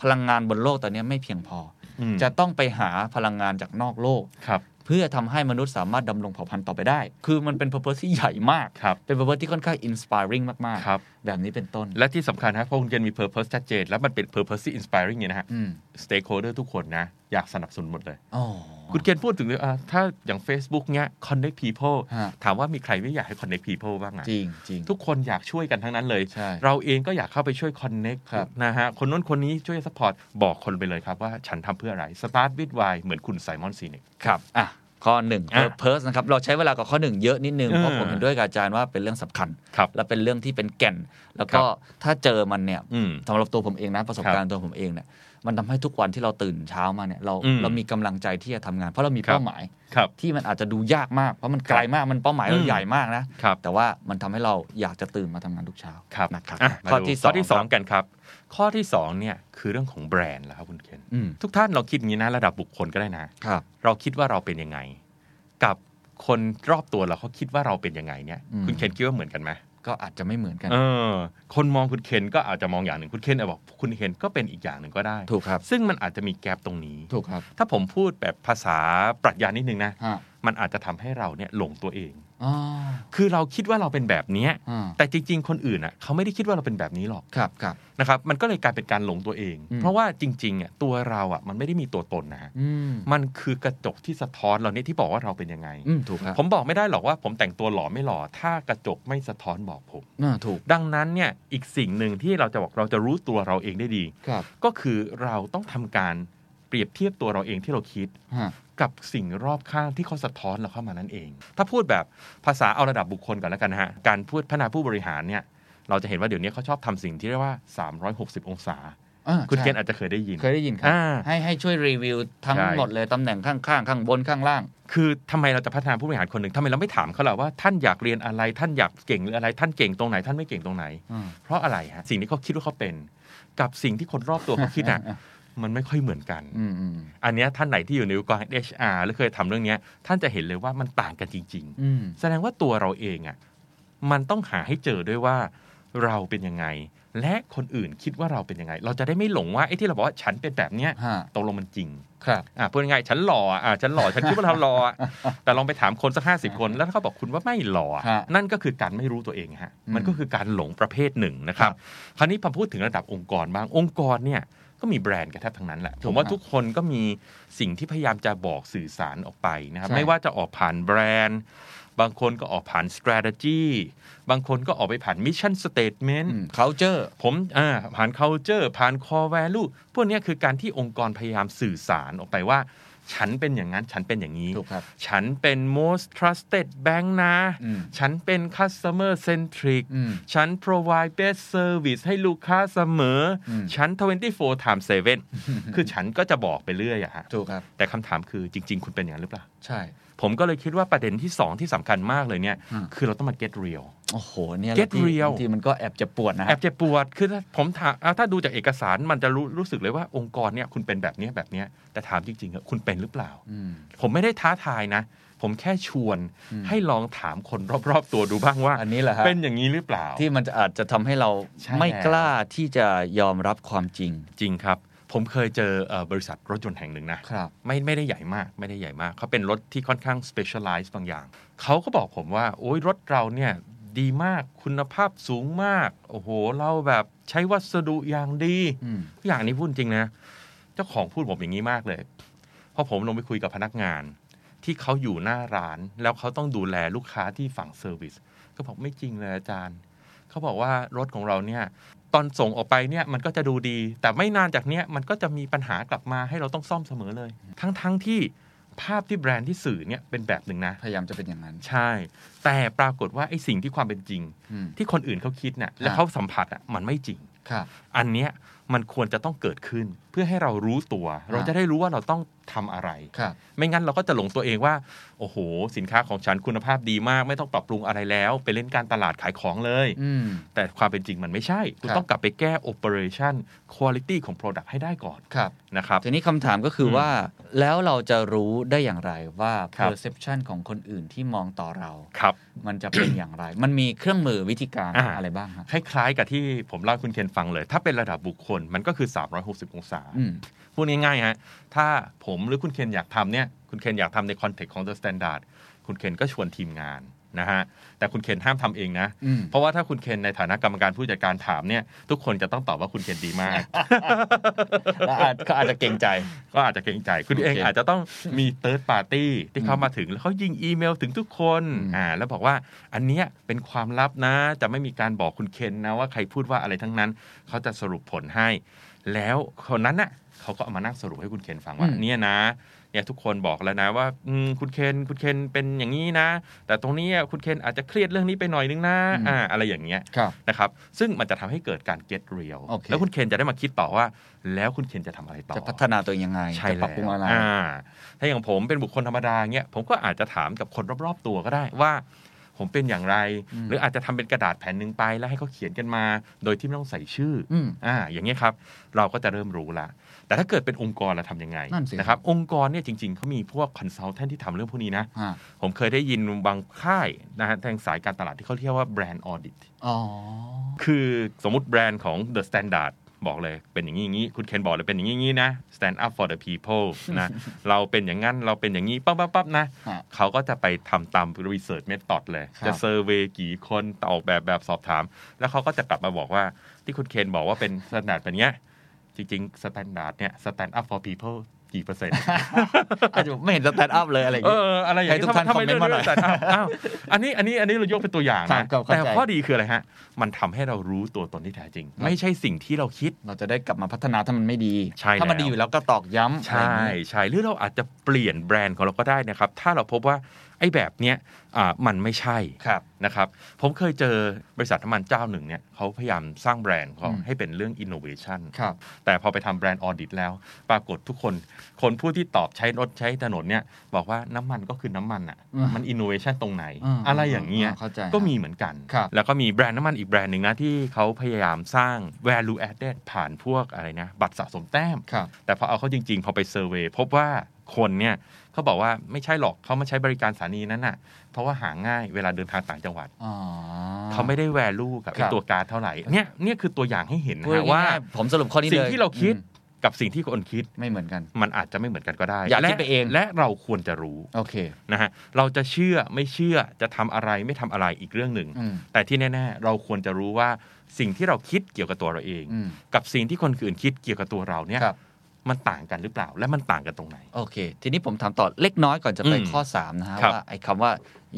D: พลังงานบนโลกตอนนี้ไม่เพียงพออ
A: ม
D: จะต้องไปหาพลังงานจากนอกโลก
A: ครับ
D: เพื่อทำให้มนุษย์สามารถดำรงเผ่าพันธุ์ต่อไปได้ คือมันเป็น purpose ที่ใหญ่มาก
A: ครับ
D: เป็น purpose ที่ค่อนข้าง inspiring มาก
A: ครับ
D: ๆ แบบนี้เป็นต้น
A: และที่สำคัญนะเพราะคุณเกณฑ์มีเพอร์เพสชัดเจน แล้วมันเป็นเพอร์เพสที่อินสป r ยริงเนี่ยนะฮะ
D: อืม
A: สเต็กโฮเดอร์ทุกคนนะ อยากสนับสนุนหมดเลย
D: อ๋อ
A: คุณเกณฑ์พูดถึงเลยอ่ะถ้าอย่าง Facebook เนี้ย connect people
D: ฮะ
A: ถามว่ามีใครไม่อยากให้ connect people บ้างอะ
D: จริงจริง
A: ทุกคนอยากช่วยกันทั้งนั้นเลย
D: ใช่
A: เราเองก็อยากเข้าไปช่วย connect
D: ครับ
A: นะฮะ คนนู้นคนนี้ช่วย support บอกคนไปเลยครับว่าฉันทำเพื่ออะไร start with why เหมือนคุณไซมอนซีเนก
D: ครับอ่ะข้อหนึ่ง
A: อ่ะ
D: purpose นะครับ เราใช้เวลากับข้อหนึ่งเยอะนิดนึง
A: อืม
D: เพราะผมเห็นด้วยกับอาจารย์ว่าเป็นเรื่องสำคัญ
A: ครับ
D: และเป็นเรื่องที่เป็นแก่น แล้วก็ถ้าเจอมันเนี่ย
A: อืม
D: สำหรับตัวผมเองนะ ประสบ
A: ครับ
D: การณ์ตัวผมเองเนี่ย มันทำให้ทุกวันที่เราตื่นเช้ามาเนี่ยเรา
A: อืม
D: เรามีกำลังใจที่จะทำงาน เพราะเรามี
A: ครั
D: เป้า
A: บ
D: หมาย
A: ครับ
D: ที่มันอาจจะดูยากมากเพราะมันไกลมากมันเป้าหมาย
A: อื
D: เรา
A: ม
D: ใหญ่มากนะครับ แต่ว่ามันทำให้เราอยากจะตื่นมาทำงานทุกเช้า
A: ครับ
D: นะครับ
A: อ่ะ
D: ข้อ
A: มาดู
D: ที่ส
A: ข้
D: อ
A: อง ที่สอง
D: ครับ
A: กันครับ ข้อที่สองเนี่ยคือเรื่องของแบรนด์แล้วครับคุณเคน
D: อืม
A: ทุกท่านลองคิดอย่างนี้นะระดับบุคคลก็ได้นะ
D: ครับ
A: เราคิดว่าเราเป็นยังไง กับคนรอบตัวเราเขาคิดว่าเราเป็นยังไงเนี่ย
D: อืม
A: คุณเคนคิดว่าเหมือนกันไหม
D: ก็อาจจะไม่เหมือนกัน
A: เออ คนมองคุณเคนก็อาจจะมองอย่างหนึ่งคุณเคนอาจจะบอกคุณเคนก็เป็นอีกอย่างหนึ่งก็ได้
D: ถูกครับ
A: ซึ่งมันอาจจะมีแกลบตรงนี้
D: ถูกครับ
A: ถ้าผมพูดแบบภาษาปรัชญานิดนึงนะ
D: ฮะ
A: มันอาจจะทำให้เราเนี่ยหลงตัวเอง
D: อ๋อ
A: คือเราคิดว่าเราเป็นแบบเนี้ย
D: อ่า
A: แต่จริง ๆ คนอื่นอ่ะเขาไม่ได้คิดว่าเราเป็นแบบนี้หรอก
D: ครับครับ
A: นะครับมันก็เลยกลายเป็นการหลงตัวเอง
D: อืม
A: เพราะว่าจริงๆอ่ะตัวเราอ่ะมันไม่ได้มีตัวตนนะฮะ
D: อืม
A: มันคือกระจกที่สะท้อนเราเนี่ยที่บอกว่าเราเป็นยังไง
D: อืมถูกครับ
A: ผมบอกไม่ได้หรอกว่าผมแต่งตัวหล่อไม่หล่อ ถ้ากระจกไม่สะท้อนบอกผม
D: อ่าถูก
A: ดังนั้นเนี่ยอีกสิ่งหนึ่งที่เราจะบอกเราจะรู้ตัวเราเองได้ดี
D: ครับ
A: ก็คือเราต้องทำการเปรียบเทียบตัวเราเองที่เราคิด
D: ฮะ
A: กับสิ่งรอบข้างที่เขาสะท้อนเราเข้ามานั่นเอง ถ้าพูดแบบภาษาเอาระดับบุคคลก่อนแล้วกันนะฮะ การพูดพัฒนาผู้บริหารเนี่ย เราจะเห็นว่าเดี๋ยวนี้เขาชอบทำสิ่งที่เรียกว่า 360 องศา
D: อ่า
A: คุณ
D: ใช่
A: เกณฑ์อาจจะเคยได้ยิน
D: เคยได้ยินครั
A: อ่า
D: ให้ให้ช่วยรีวิวทั้ง
A: ใช่
D: หมดเลยตำแหน่งข้างข้างๆข้างบนข้างล่าง
A: คือทำไมเราจะพัฒนาผู้บริหารคนหนึ่งทำไมเราไม่ถามเขาล่ะว่าท่านอยากเรียนอะไร ท่านอยากเก่งหรืออะไร ท่านเก่งตรงไหน ท่านไม่เก่งตรงไหน เพราะอะไรฮะ สิ่งที่เขาคิดว่าเขาเป็น กับสิ่งที่คนรอบตัวเขาคิดอ่ะ มันไม่ค่อยเหมือนกัน
D: อืมอืม
A: อันเนี้ยท่านไหนที่อยู่ในวงการ HR หรือเคยทำเรื่องเนี้ยท่านจะเห็นเลยว่ามันต่างกันจริง ๆ
D: อืม
A: แสดงว่าตัวเราเองอะ่ะมันต้องหาให้เจอด้วยว่าเราเป็นยังไง และคนอื่นคิดว่าเราเป็นยังไง เราจะได้ไม่หลงว่าไอ้ที่เราบอกว่าฉันเป็นแบบเนี้ย
D: ฮะ
A: ตกลงมันจริง
D: ครับ
A: อ่ะพูดง่ายๆฉันหล่ออ่ะอ่ะฉันหล่อฉันคิดว่าเราหล่ออ่ะแต่ลองไปถามคนสักห้าสิบคน แล้วถ้าเขาบอกคุณว่าไม่หล่ออ่ะ
D: ฮะ
A: นั่นก็คือการไม่รู้ตัวเองฮะ
D: อืม
A: มันก็คือการหลงประเภทหนึ่งนะครับ
D: ครั
A: คราวนี้พอพูดถึงระดับองค์กรบ้างองค์กรเนี่ยก็มีแบรนด์กันแทบทั้งนั้นแหละ
D: ถู
A: ผ
D: ก
A: มว่า
D: ฮะ
A: ทุกคนก็มีสิ่งที่พยายามจะบอกสื่อสารออกไปนะครับ
D: ใช่
A: ไม่ว่าจะออกผ่านแบรนด์ บางคนก็ออกผ่าน strategy บางคนก็ออกไปผ่าน mission statement
D: อืม culture
A: ผมอ่าผ่าน culture ผ่าน core value พวกเนี้ยคือการที่องค์กรพยายามสื่อสารออกไปว่า ฉันเป็นอย่างนั้น ฉันเป็นอย่างนี้
D: ถูกครับ
A: ฉันเป็น most trusted bank นะ
D: อืม
A: ฉันเป็น customer centric
D: อืม
A: ฉัน provide best service ให้ลูกค้าเสมออ
D: ม
A: ฉัน 24 time 7 คือฉันก็จะบอกไปเรื่อยอะฮะ
D: ถูกครับ
A: แต่คำถามคือจริง ๆ คุณเป็นอย่างนั้นหรือเปล่า
D: ใช่
A: ผมก็เลยคิดว่าประเด็นที่ 2 ที่สำคัญมากเลยเนี่ย
D: อืม
A: คือเราต้องมา get real
D: โอ้โหเนี่ย
A: Get
D: แหละที่
A: real
D: บางทีมันก็แอบเจ็บปวดนะ
A: แอบเจ็บปวด คือถ้าผมถามอ่ะถ้าดูจากเอกสารมันจะรู้รู้สึกเลยว่าองค์กรเนี่ยคุณเป็นแบบเนี้ยแบบเนี้ยแต่ถามจริงๆเหอะคุณเป็นหรือเปล่า
D: อืม
A: ผมไม่ได้ท้าทายนะ ผมแค่ชวน
D: อืม
A: ให้ลองถามคนรอบๆ ตัวดูบ้างว่า
D: อันนี้แหละฮะ
A: เป็นอย่างนี้หรือเปล่า
D: ที่มันจะอาจจะทำให้เรา
A: ใช่
D: ไม่
A: แล้ว
D: กล้าที่จะยอมรับความจริง
A: จริงครับ ผมเคยเจอเอ่อบริษัทรถยนต์แห่งหนึ่งนะ
D: ครับ
A: ไม่ไม่ได้ใหญ่มากไม่ได้ใหญ่มาก เขาเป็นรถที่ค่อนข้าง specialize บางอย่าง เขาก็บอกผมว่า โอ้ยรถเราเนี่ยดีมากคุณภาพสูงมาก โอ้โห เราแบบใช้วัสดุอย่างดี
D: อืม
A: อย่างนี้พูดจริงนะ เจ้าของพูดผมอย่างนี้มากเลยเพราะผมลงไปคุยกับพนักงาน ที่เขาอยู่หน้าร้าน แล้วเขาต้องดูแลลูกค้าที่ฝั่งเซอร์วิสก็บอกไม่จริงเลยอาจารย์ เขาบอกว่ารถของเราเนี่ย ตอนส่งออกไปเนี่ยมันก็จะดูดี แต่ไม่นานจากเนี้ยมันก็จะมีปัญหากลับมาให้เราต้องซ่อมเสมอเลย ทั้งๆทที่ภาพที่แบรนด์ที่สื่อเนี่ยเป็นแบบหนึ่งนะ
D: พยายามจะเป็นอย่างนั้น
A: ใช่ แต่ปรากฏว่าไอ้สิ่งที่ความเป็นจริง
D: อืม
A: ที่คนอื่นเขาคิดน่ะและเขาสัมผัสอ่ะมันไม่จริง
D: ครับ
A: อันเนี้ยมันควรจะต้องเกิดขึ้นเพื่อให้เรารู้ตัว เราจะได้รู้ว่าเราต้องทำอะไร
D: ครับ
A: ไม่งั้นเราก็จะหลงตัวเองว่า โอ้โห สินค้าของฉันคุณภาพดีมาก ไม่ต้องปรับปรุงอะไรแล้ว ไปเล่นการตลาดขายของเลย
D: อืม
A: แต่ความเป็นจริงมันไม่ใช่ คุณ
D: ครับ
A: ต้องกลับไปแก้ operation quality ของ product ให้ได้ก่อน
D: ครับ
A: นะครับ
D: ทีนี้คำถามก็คืออ
A: ม
D: ว่าแล้วเราจะรู้ได้อย่างไรว่า
A: ครับ
D: perception ของคนอื่นที่มองต่อเรา
A: ครับ
D: มันจะเป็นอย่างไร มันมีเครื่องมือวิธีการ
A: อ่า
D: อะไรบ้างฮะ
A: คล้ายๆ กับที่ผมเล่าให้คุณเคนฟังเลย ถ้าเป็นระดับบุคคลมันก็คือ 360 องศา
D: อืม
A: พูดง่ายๆฮะ ถ้าผมหรือคุณเคนอยากทำเนี่ย คุณเคนอยากทำในคอนเทกต์ของ The Standard คุณเคนก็ชวนทีมงานนะฮะ แต่คุณเคนห้ามทำเองนะ
D: อืม
A: เพราะว่าถ้าคุณเคนในฐานะกรรมการผู้จัดการถามเนี่ย ทุกคนจะต้องตอบว่าคุณเคนดีมาก
D: แล้วอาจก็อาจจะเกรงใจ
A: ก็อาจจะเกรงใจ คุณเอง
D: โอเค
A: อาจจะต้องมี third party ที่เขามาถึง แล้วเขายิงอีเมลถึงทุกคน
D: อืม
A: อ่าแล้วบอกว่าอันเนี้ยเป็นความลับนะ จะไม่มีการบอกคุณเคนนะว่าใครพูดว่าอะไรทั้งนั้น เขาจะสรุปผลให้ แล้วคนนั้นน่ะ เขาก็เอามานั่งสรุปให้คุณเคนฟังว่า
D: อืม
A: เนี่ยนะเนี่ยทุกคนบอกแล้วนะว่าอืมคุณเคนคุณเคนเป็นอย่างนี้นะ แต่ตรงนี้อ่ะคุณเคนอาจจะเครียดเรื่องนี้ไปหน่อยนึงนะอ่าอะไรอย่างเงี้ย
D: ครับ
A: นะครับซึ่งมันจะทำให้เกิดการ get real
D: โอเค
A: แล้วคุณเคนจะได้มาคิดต่อว่า แล้วคุณเคนจะทำอะไรต่อ
D: จะพัฒนาตัวเองยังไง
A: ใช่
D: จะ
A: แล้ว
D: ปรับปรุงอะไร
A: าถ้าอย่างผมเป็นบุคคลธรรมดาเงี้ยผมก็อาจจะถามกับคนรอบ ๆ ตัวก็ได้ว่า ผมเป็นอย่างไร
D: อืม
A: หรืออาจจะทำเป็นกระดาษแผ่นหนึ่งไปแล้วให้เขาเขียนกันมา โดยที่ไม่ต้องใส่ชื่ออ
D: อืม
A: อ่าอย่างเงี้ยครับ เราก็จะเริ่มรู้ละ แต่ถ้าเกิดเป็นองค์กรเราทำยังไง
D: นั่นสิ
A: นะครับองค์กรเนี่ยจริงๆเขามีพวกคอนซัลแทนที่ทำเรื่องพวกนี้นะ
D: ฮะ
A: ผมเคยได้ยินบางค่ายนะฮะทางสายการตลาดที่เขาเรียกว่าแบรนด์ออดิ
D: อ๋อ
A: คือสมมติแบรนด์ของ The Standard บอกเลยเป็นอย่างนี้อย่างนี้ คุณเคนบอกเลยเป็นอย่างนี้อย่างนี้นะ stand up for the people นะ เราเป็นอย่างนั้นเราเป็นอย่างนี้ปั๊บปั๊บปั๊บนะ
D: ฮะ
A: เขาก็จะไปทำตาม research method เลย
D: ครับ
A: จะเซอร์เวยกี่คนออกแบบแบบสอบถาม แล้วเขาก็จะกลับมาบอกว่าที่คุณเคนบอกว่าเป็น standard เป็นเงี้ยจริงๆ standard เนี่ย stand up for people กี่เปอร์เซ็นต์
D: อาจจะไม่เห็นสแตนด์อัพเลยอะไรอย่าง
A: เอ
D: งี้
A: ออะไรอย่าง
D: ให้ทุกท่าน
A: ทำไมเรื่
D: comment มาหน่อย
A: แต่อ้าวอ้าวอันนี้อันนี้อันนี้เรายกเป็นตัวอย่าง
D: ครั
A: นะ
D: บครับเข้าใจ
A: แต่ข้อดีคืออะไรฮะ มันทำให้เรารู้ตัวตนที่แท้จริง ไม่ใช่สิ่งที่เราคิด
D: เราจะได้กลับมาพัฒนาถ้ามันไม่ดี
A: ใช่แล้ว
D: ถ้ามันดีอยู่แล้วก็ตอกย้ำอะไรอ
A: ใช่
D: ย่างงี้
A: ใช่หรือเราอาจจะเปลี่ยนแบรนด์ของเราก็ได้นะครับ ถ้าเราพบว่าไอ้แบบเนี้ยอ่ามันไม่ใช่
D: ครับ
A: นะครับ ผมเคยเจอบริษัทน้ำมันเจ้าหนึ่งเนี่ยเขาพยายามสร้างแบรนด์ของ
D: อืม
A: ให้เป็นเรื่อง innovation
D: ครับ
A: แต่พอไปทำแบรนด์ออดิตแล้ว ปรากฏทุกคน คนผู้ที่ตอบใช้รถใช้ถนนเนี่ย บอกว่าน้ำมันก็คือน้ำมันอ่ะ
D: อืม
A: มันอินโนเวชันตรงไหน
D: อืม
A: อะไรอย่างเงี้ย
D: อ่าเข้าใจ
A: ก็มีเหมือนกัน
D: ครับ
A: แล้วก็มีแบรนด์น้ำมันอีกแบรนด์หนึ่งนะ ที่เขาพยายามสร้าง value added ผ่านพวกอะไรนะ บัตรสะสมแต้ม
D: ครับ
A: แต่พอเอาเข้าจริง ๆ พอไปเซอร์เวยพบว่าคนเนี่ยเขาบอกว่าไม่ใช่หรอกเขามาใช้บริการสถานีนั้นน่ะเพราะว่าหาง่ายเวลาเดินทางต่างจังหวัด
D: อ๋อ
A: เขาไม่ได้แวลูกับไอ้
D: ครับ
A: ตัวการดเท่าไหร่เนี่ยเนี่ยคือตัวอย่างให้เห็นนะ
D: พูด
A: ฮะ
D: ว่า
A: ว่า
D: ผมสรุปข้อนี้เลย
A: สิ่งที่เราคิด
D: อืม
A: กับสิ่งที่คนคิด
D: ไม่เหมือนกัน
A: มันอาจจะไม่เหมือนกันก็ได้
D: อย่า
A: และ
D: คิดไปเอง
A: และเราควรจะรู้
D: โอเค
A: นะฮะเราจะเชื่อไม่เชื่อจะทำอะไรไม่ทำอะไรอีกเรื่องหนึ่ง
D: อืม
A: แต่ที่แน่ๆ เราควรจะรู้ว่าสิ่งที่เราคิดเกี่ยวกับตัวเราเอง
D: อืม
A: กับสิ่งที่คนอื่นคิดเกี่ยวกับตัวเราเนี่ย
D: ครับ
A: มันต่างกันหรือเปล่าและมันต่างกันตรงไหน
D: โอเค ทีนี้ผมถามต่อเล็กน้อยก่อนจะไป
A: อืม
D: ข้อ 3 นะฮะ
A: ครับ
D: ว่าไอ้คำว่า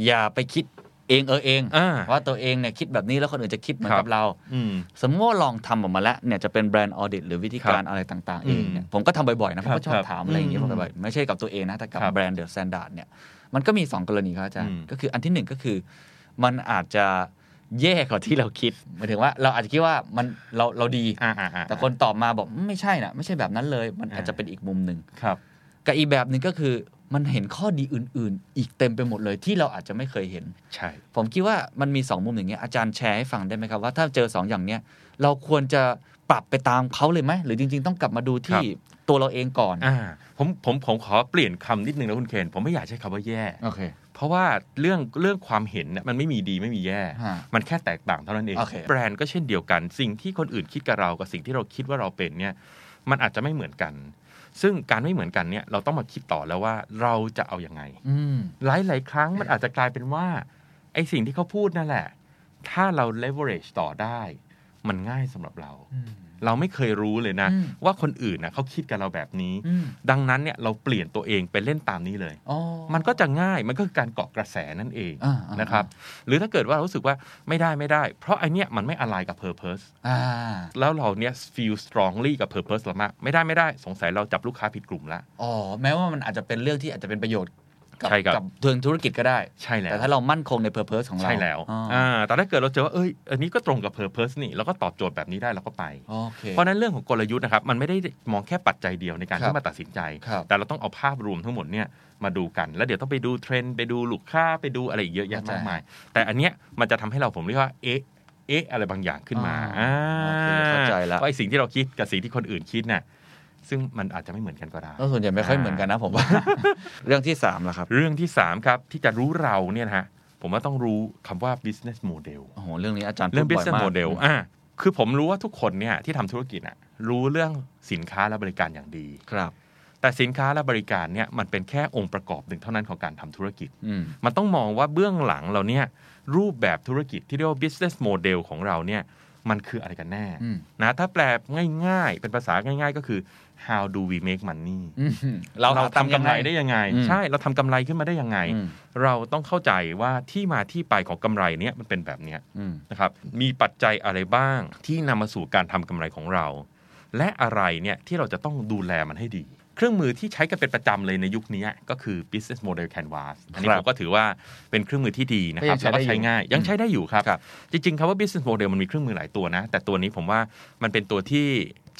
D: อย่าไปคิดเองเออเอง
A: อ่า
D: ว่าตัวเองเนี่ยคิดแบบนี้แล้วคนอื่นจะคิดเหมือน
A: ครับ
D: กับเรา
A: อืม
D: สมมติว่าลองทำออกมาแล้วเนี่ยจะเป็นแบรนด์ออเด t หรือวิธีการอะไรต่างๆเองเนี่ยผมก็ทำบ่อยๆนะผมก็ชอ
A: ครับ บ
D: ถามอะไรอย่างเงี้ย
A: อืม
D: บ่อยๆไม่ใช่กับตัวเองนะ แต่กับ
A: ครับ
D: แบรนด์เดอะแซนด์ดเนี่ยมันก็มี 2 กรณีครับอาจาร
A: อื
D: ย์
A: ม
D: ก็คืออันที่หนึ่งก็คือ มันอาจจะแย่กว่าที่เราคิดหมายถึงว่าเราอาจจะคิดว่ามันเราเราดี
A: อ่าๆๆ
D: แต่คนตอบมาบอกไม่ใช่นะไม่ใช่แบบนั้นเลย มันอาจ
A: อ่า
D: จะเป็นอีกมุมหนึ่ง
A: ครับ
D: กับอีกแบบหนึ่งก็คือมันเห็นข้อดีอื่น ๆ อีกเต็มไปหมดเลยที่เราอาจจะไม่เคยเห็น
A: ใช่
D: ผมคิดว่ามันมี 2 มุมอย่างเงี้ยอาจารย์แชร์ให้ฟังได้ไหมครับ ว่าถ้าเจอ 2 อย่างเนี้ยเราควรจะปรับไปตามเขาเลยไหม หรือจริง ๆ ต้องกลับมาดูที่ตัวเราเองก่อน
A: อ่าผมผมผมขอเปลี่ยนคำนิดนึงนะคุณเคนผมไม่อยากใช้คำว่าแย่
D: โอเค
A: เพราะว่าเรื่องเรื่องความเห็นน่ะมันไม่มีดีไม่มีแย่
D: ฮะ
A: มันแค่แตกต่างเท่านั้นเอง
D: โอเค
A: แบรนด์ก็เช่นเดียวกัน สิ่งที่คนอื่นคิดกับเรากับสิ่งที่เราคิดว่าเราเป็นเนี่ยมันอาจจะไม่เหมือนกัน ซึ่งการไม่เหมือนกันเนี่ยเราต้องมาคิดต่อแล้วว่าเราจะเอาอยัางไง
D: ืม
A: หลาย ๆ ครั้งมันอาจจะกลายเป็นว่าไอสิ่งที่เขาพูดนั่นแหละ ถ้าเรา leverage ต่อได้ มันง่ายสำหรับเรา เราไม่เคยรู้เลยนะ
D: อืม
A: ว่าคนอื่นนะเขาคิดกับเราแบบนี้
D: อืม
A: ดังนั้นเนี่ยเราเปลี่ยนตัวเองไปเล่นตามนี้เลย
D: อ๋อ
A: มันก็จะง่าย มันก็คือการเกาะกระแสนั่นเอง
D: อ่าอ่าน
A: นะครับ หรือถ้าเกิดว่าเรารู้สึกว่าไม่ได้ไม่ได้ เพราะไอเนี้ยมันไม่อะไรกับ purpose
D: อ่า
A: แล้วเราเนี้ย feel strongly กับ purpose เรามากไม่ได้ไม่ได้สงสัยเราจับลูกค้าผิดกลุ่มละ
D: อ๋อ แม้ว่ามันอาจจะเป็นเรื่องที่อาจจะเป็นประโยชน์กั
A: ใช่ครับ
D: กับเทิงธุรกิจก็ได้
A: ใช่แล้ว
D: แต่ถ้าเรามั่นคงในเพอร์เพสของเรา
A: ใช่แล้ว
D: อ๋ออ
A: อ่าแต่ถ้าเกิดเราเจอว่าเอ้ยอันนี้ก็ตรงกับ purpose นี่เราก็ตอบโจทย์แบบนี้ได้เราก็ไป
D: โอเค
A: เพราะฉะนั้นเรื่องของกลยุทธ์นะครับมันไม่ได้มองแค่ปัจจัยเดียวในการ
D: ครับ
A: ที่มาตัดสินใจ
D: ครับ
A: แต่เราต้องเอาภาพรวมทั้งหมดเนี่ยมาดูกัน แล้วเดี๋ยวต้องไปดูเทรนด์ไปดูลูกค้าไปดูอะไรอีกเยอะแยะ
D: เข้าใจ
A: มากมาย แต่อันเนี้ยมันจะทำให้เราผมเรียกว่าเอ๊ะเอ๊ะอะไรบางอย่างขึ้นมา
D: อ่าโอเคเข้าใจละ
A: ว่าไอ้สิ่งที่เราคิดกับสิ่งที่คนอื่นคิดน่ะซึ่งมันอาจจะไม่เหมือนกันก็ได้
D: แล้วส่วนใหญ่ไม่ค่อยเหมือนกันนะผมว่า เรื่องที่3ามล่ะครับ
A: เรื่องที่สามครับที่จะรู้เราเนี่ยนะฮะผมว่าต้องรู้คำว่า business model
D: โอ้โห เรื่องนี้อาจารย์
A: เรื่อง
D: พูดบ่ย
A: business
D: มาก
A: model อ่ะคือผมรู้ว่าทุกคนเนี่ยที่ทำธุรกิจอ่ะรู้เรื่องสินค้าและบริการอย่างดี
D: ครับ
A: แต่สินค้าและบริการเนี่ยมันเป็นแค่องค์ประกอบหนึ่งเท่านั้นของการทำธุรกิจ
D: อืม
A: มันต้องมองว่าเบื้องหลังเราเนี่ยรูปแบบธุรกิจที่เรียกว่า business model ของเราเนี่ยมันคืออะไรกันแน่
D: อืม
A: นะถ้าแปลง่ายๆ เป็นภาษาง่ายๆ ก็คือ how do we make money
D: อืม
A: เราทำกำไร
D: ยังง
A: ได้ยังไง
D: อืม
A: ใช่เราทำกำไรขึ้นมาได้ยังไง
D: อืม
A: เราต้องเข้าใจว่าที่มาที่ไปของกำไรเนี้ยมันเป็นแบบเนี้ย
D: อืม
A: นะครับมีปัจจัยอะไรบ้างที่นำมาสู่การทำกำไรของเรา และอะไรเนี่ยที่เราจะต้องดูแลมันให้ดี เครื่องมือที่ใช้กันเป็นประจำเลยในยุคนี้ก็คือ business model canvas อันนี้
D: ครับ
A: ผมก็ถือว่าเป็นเครื่องมือที่ดีนะครับ
D: ก็ยังใช้
A: แล้วก็
D: ได้อยู่
A: ใช้ง่ายยังใช้ได้อยู่ครับ
D: ครับ
A: จริงๆคำว่า business model มันมีเครื่องมือหลายตัวนะ แต่ตัวนี้ผมว่ามันเป็นตัวที่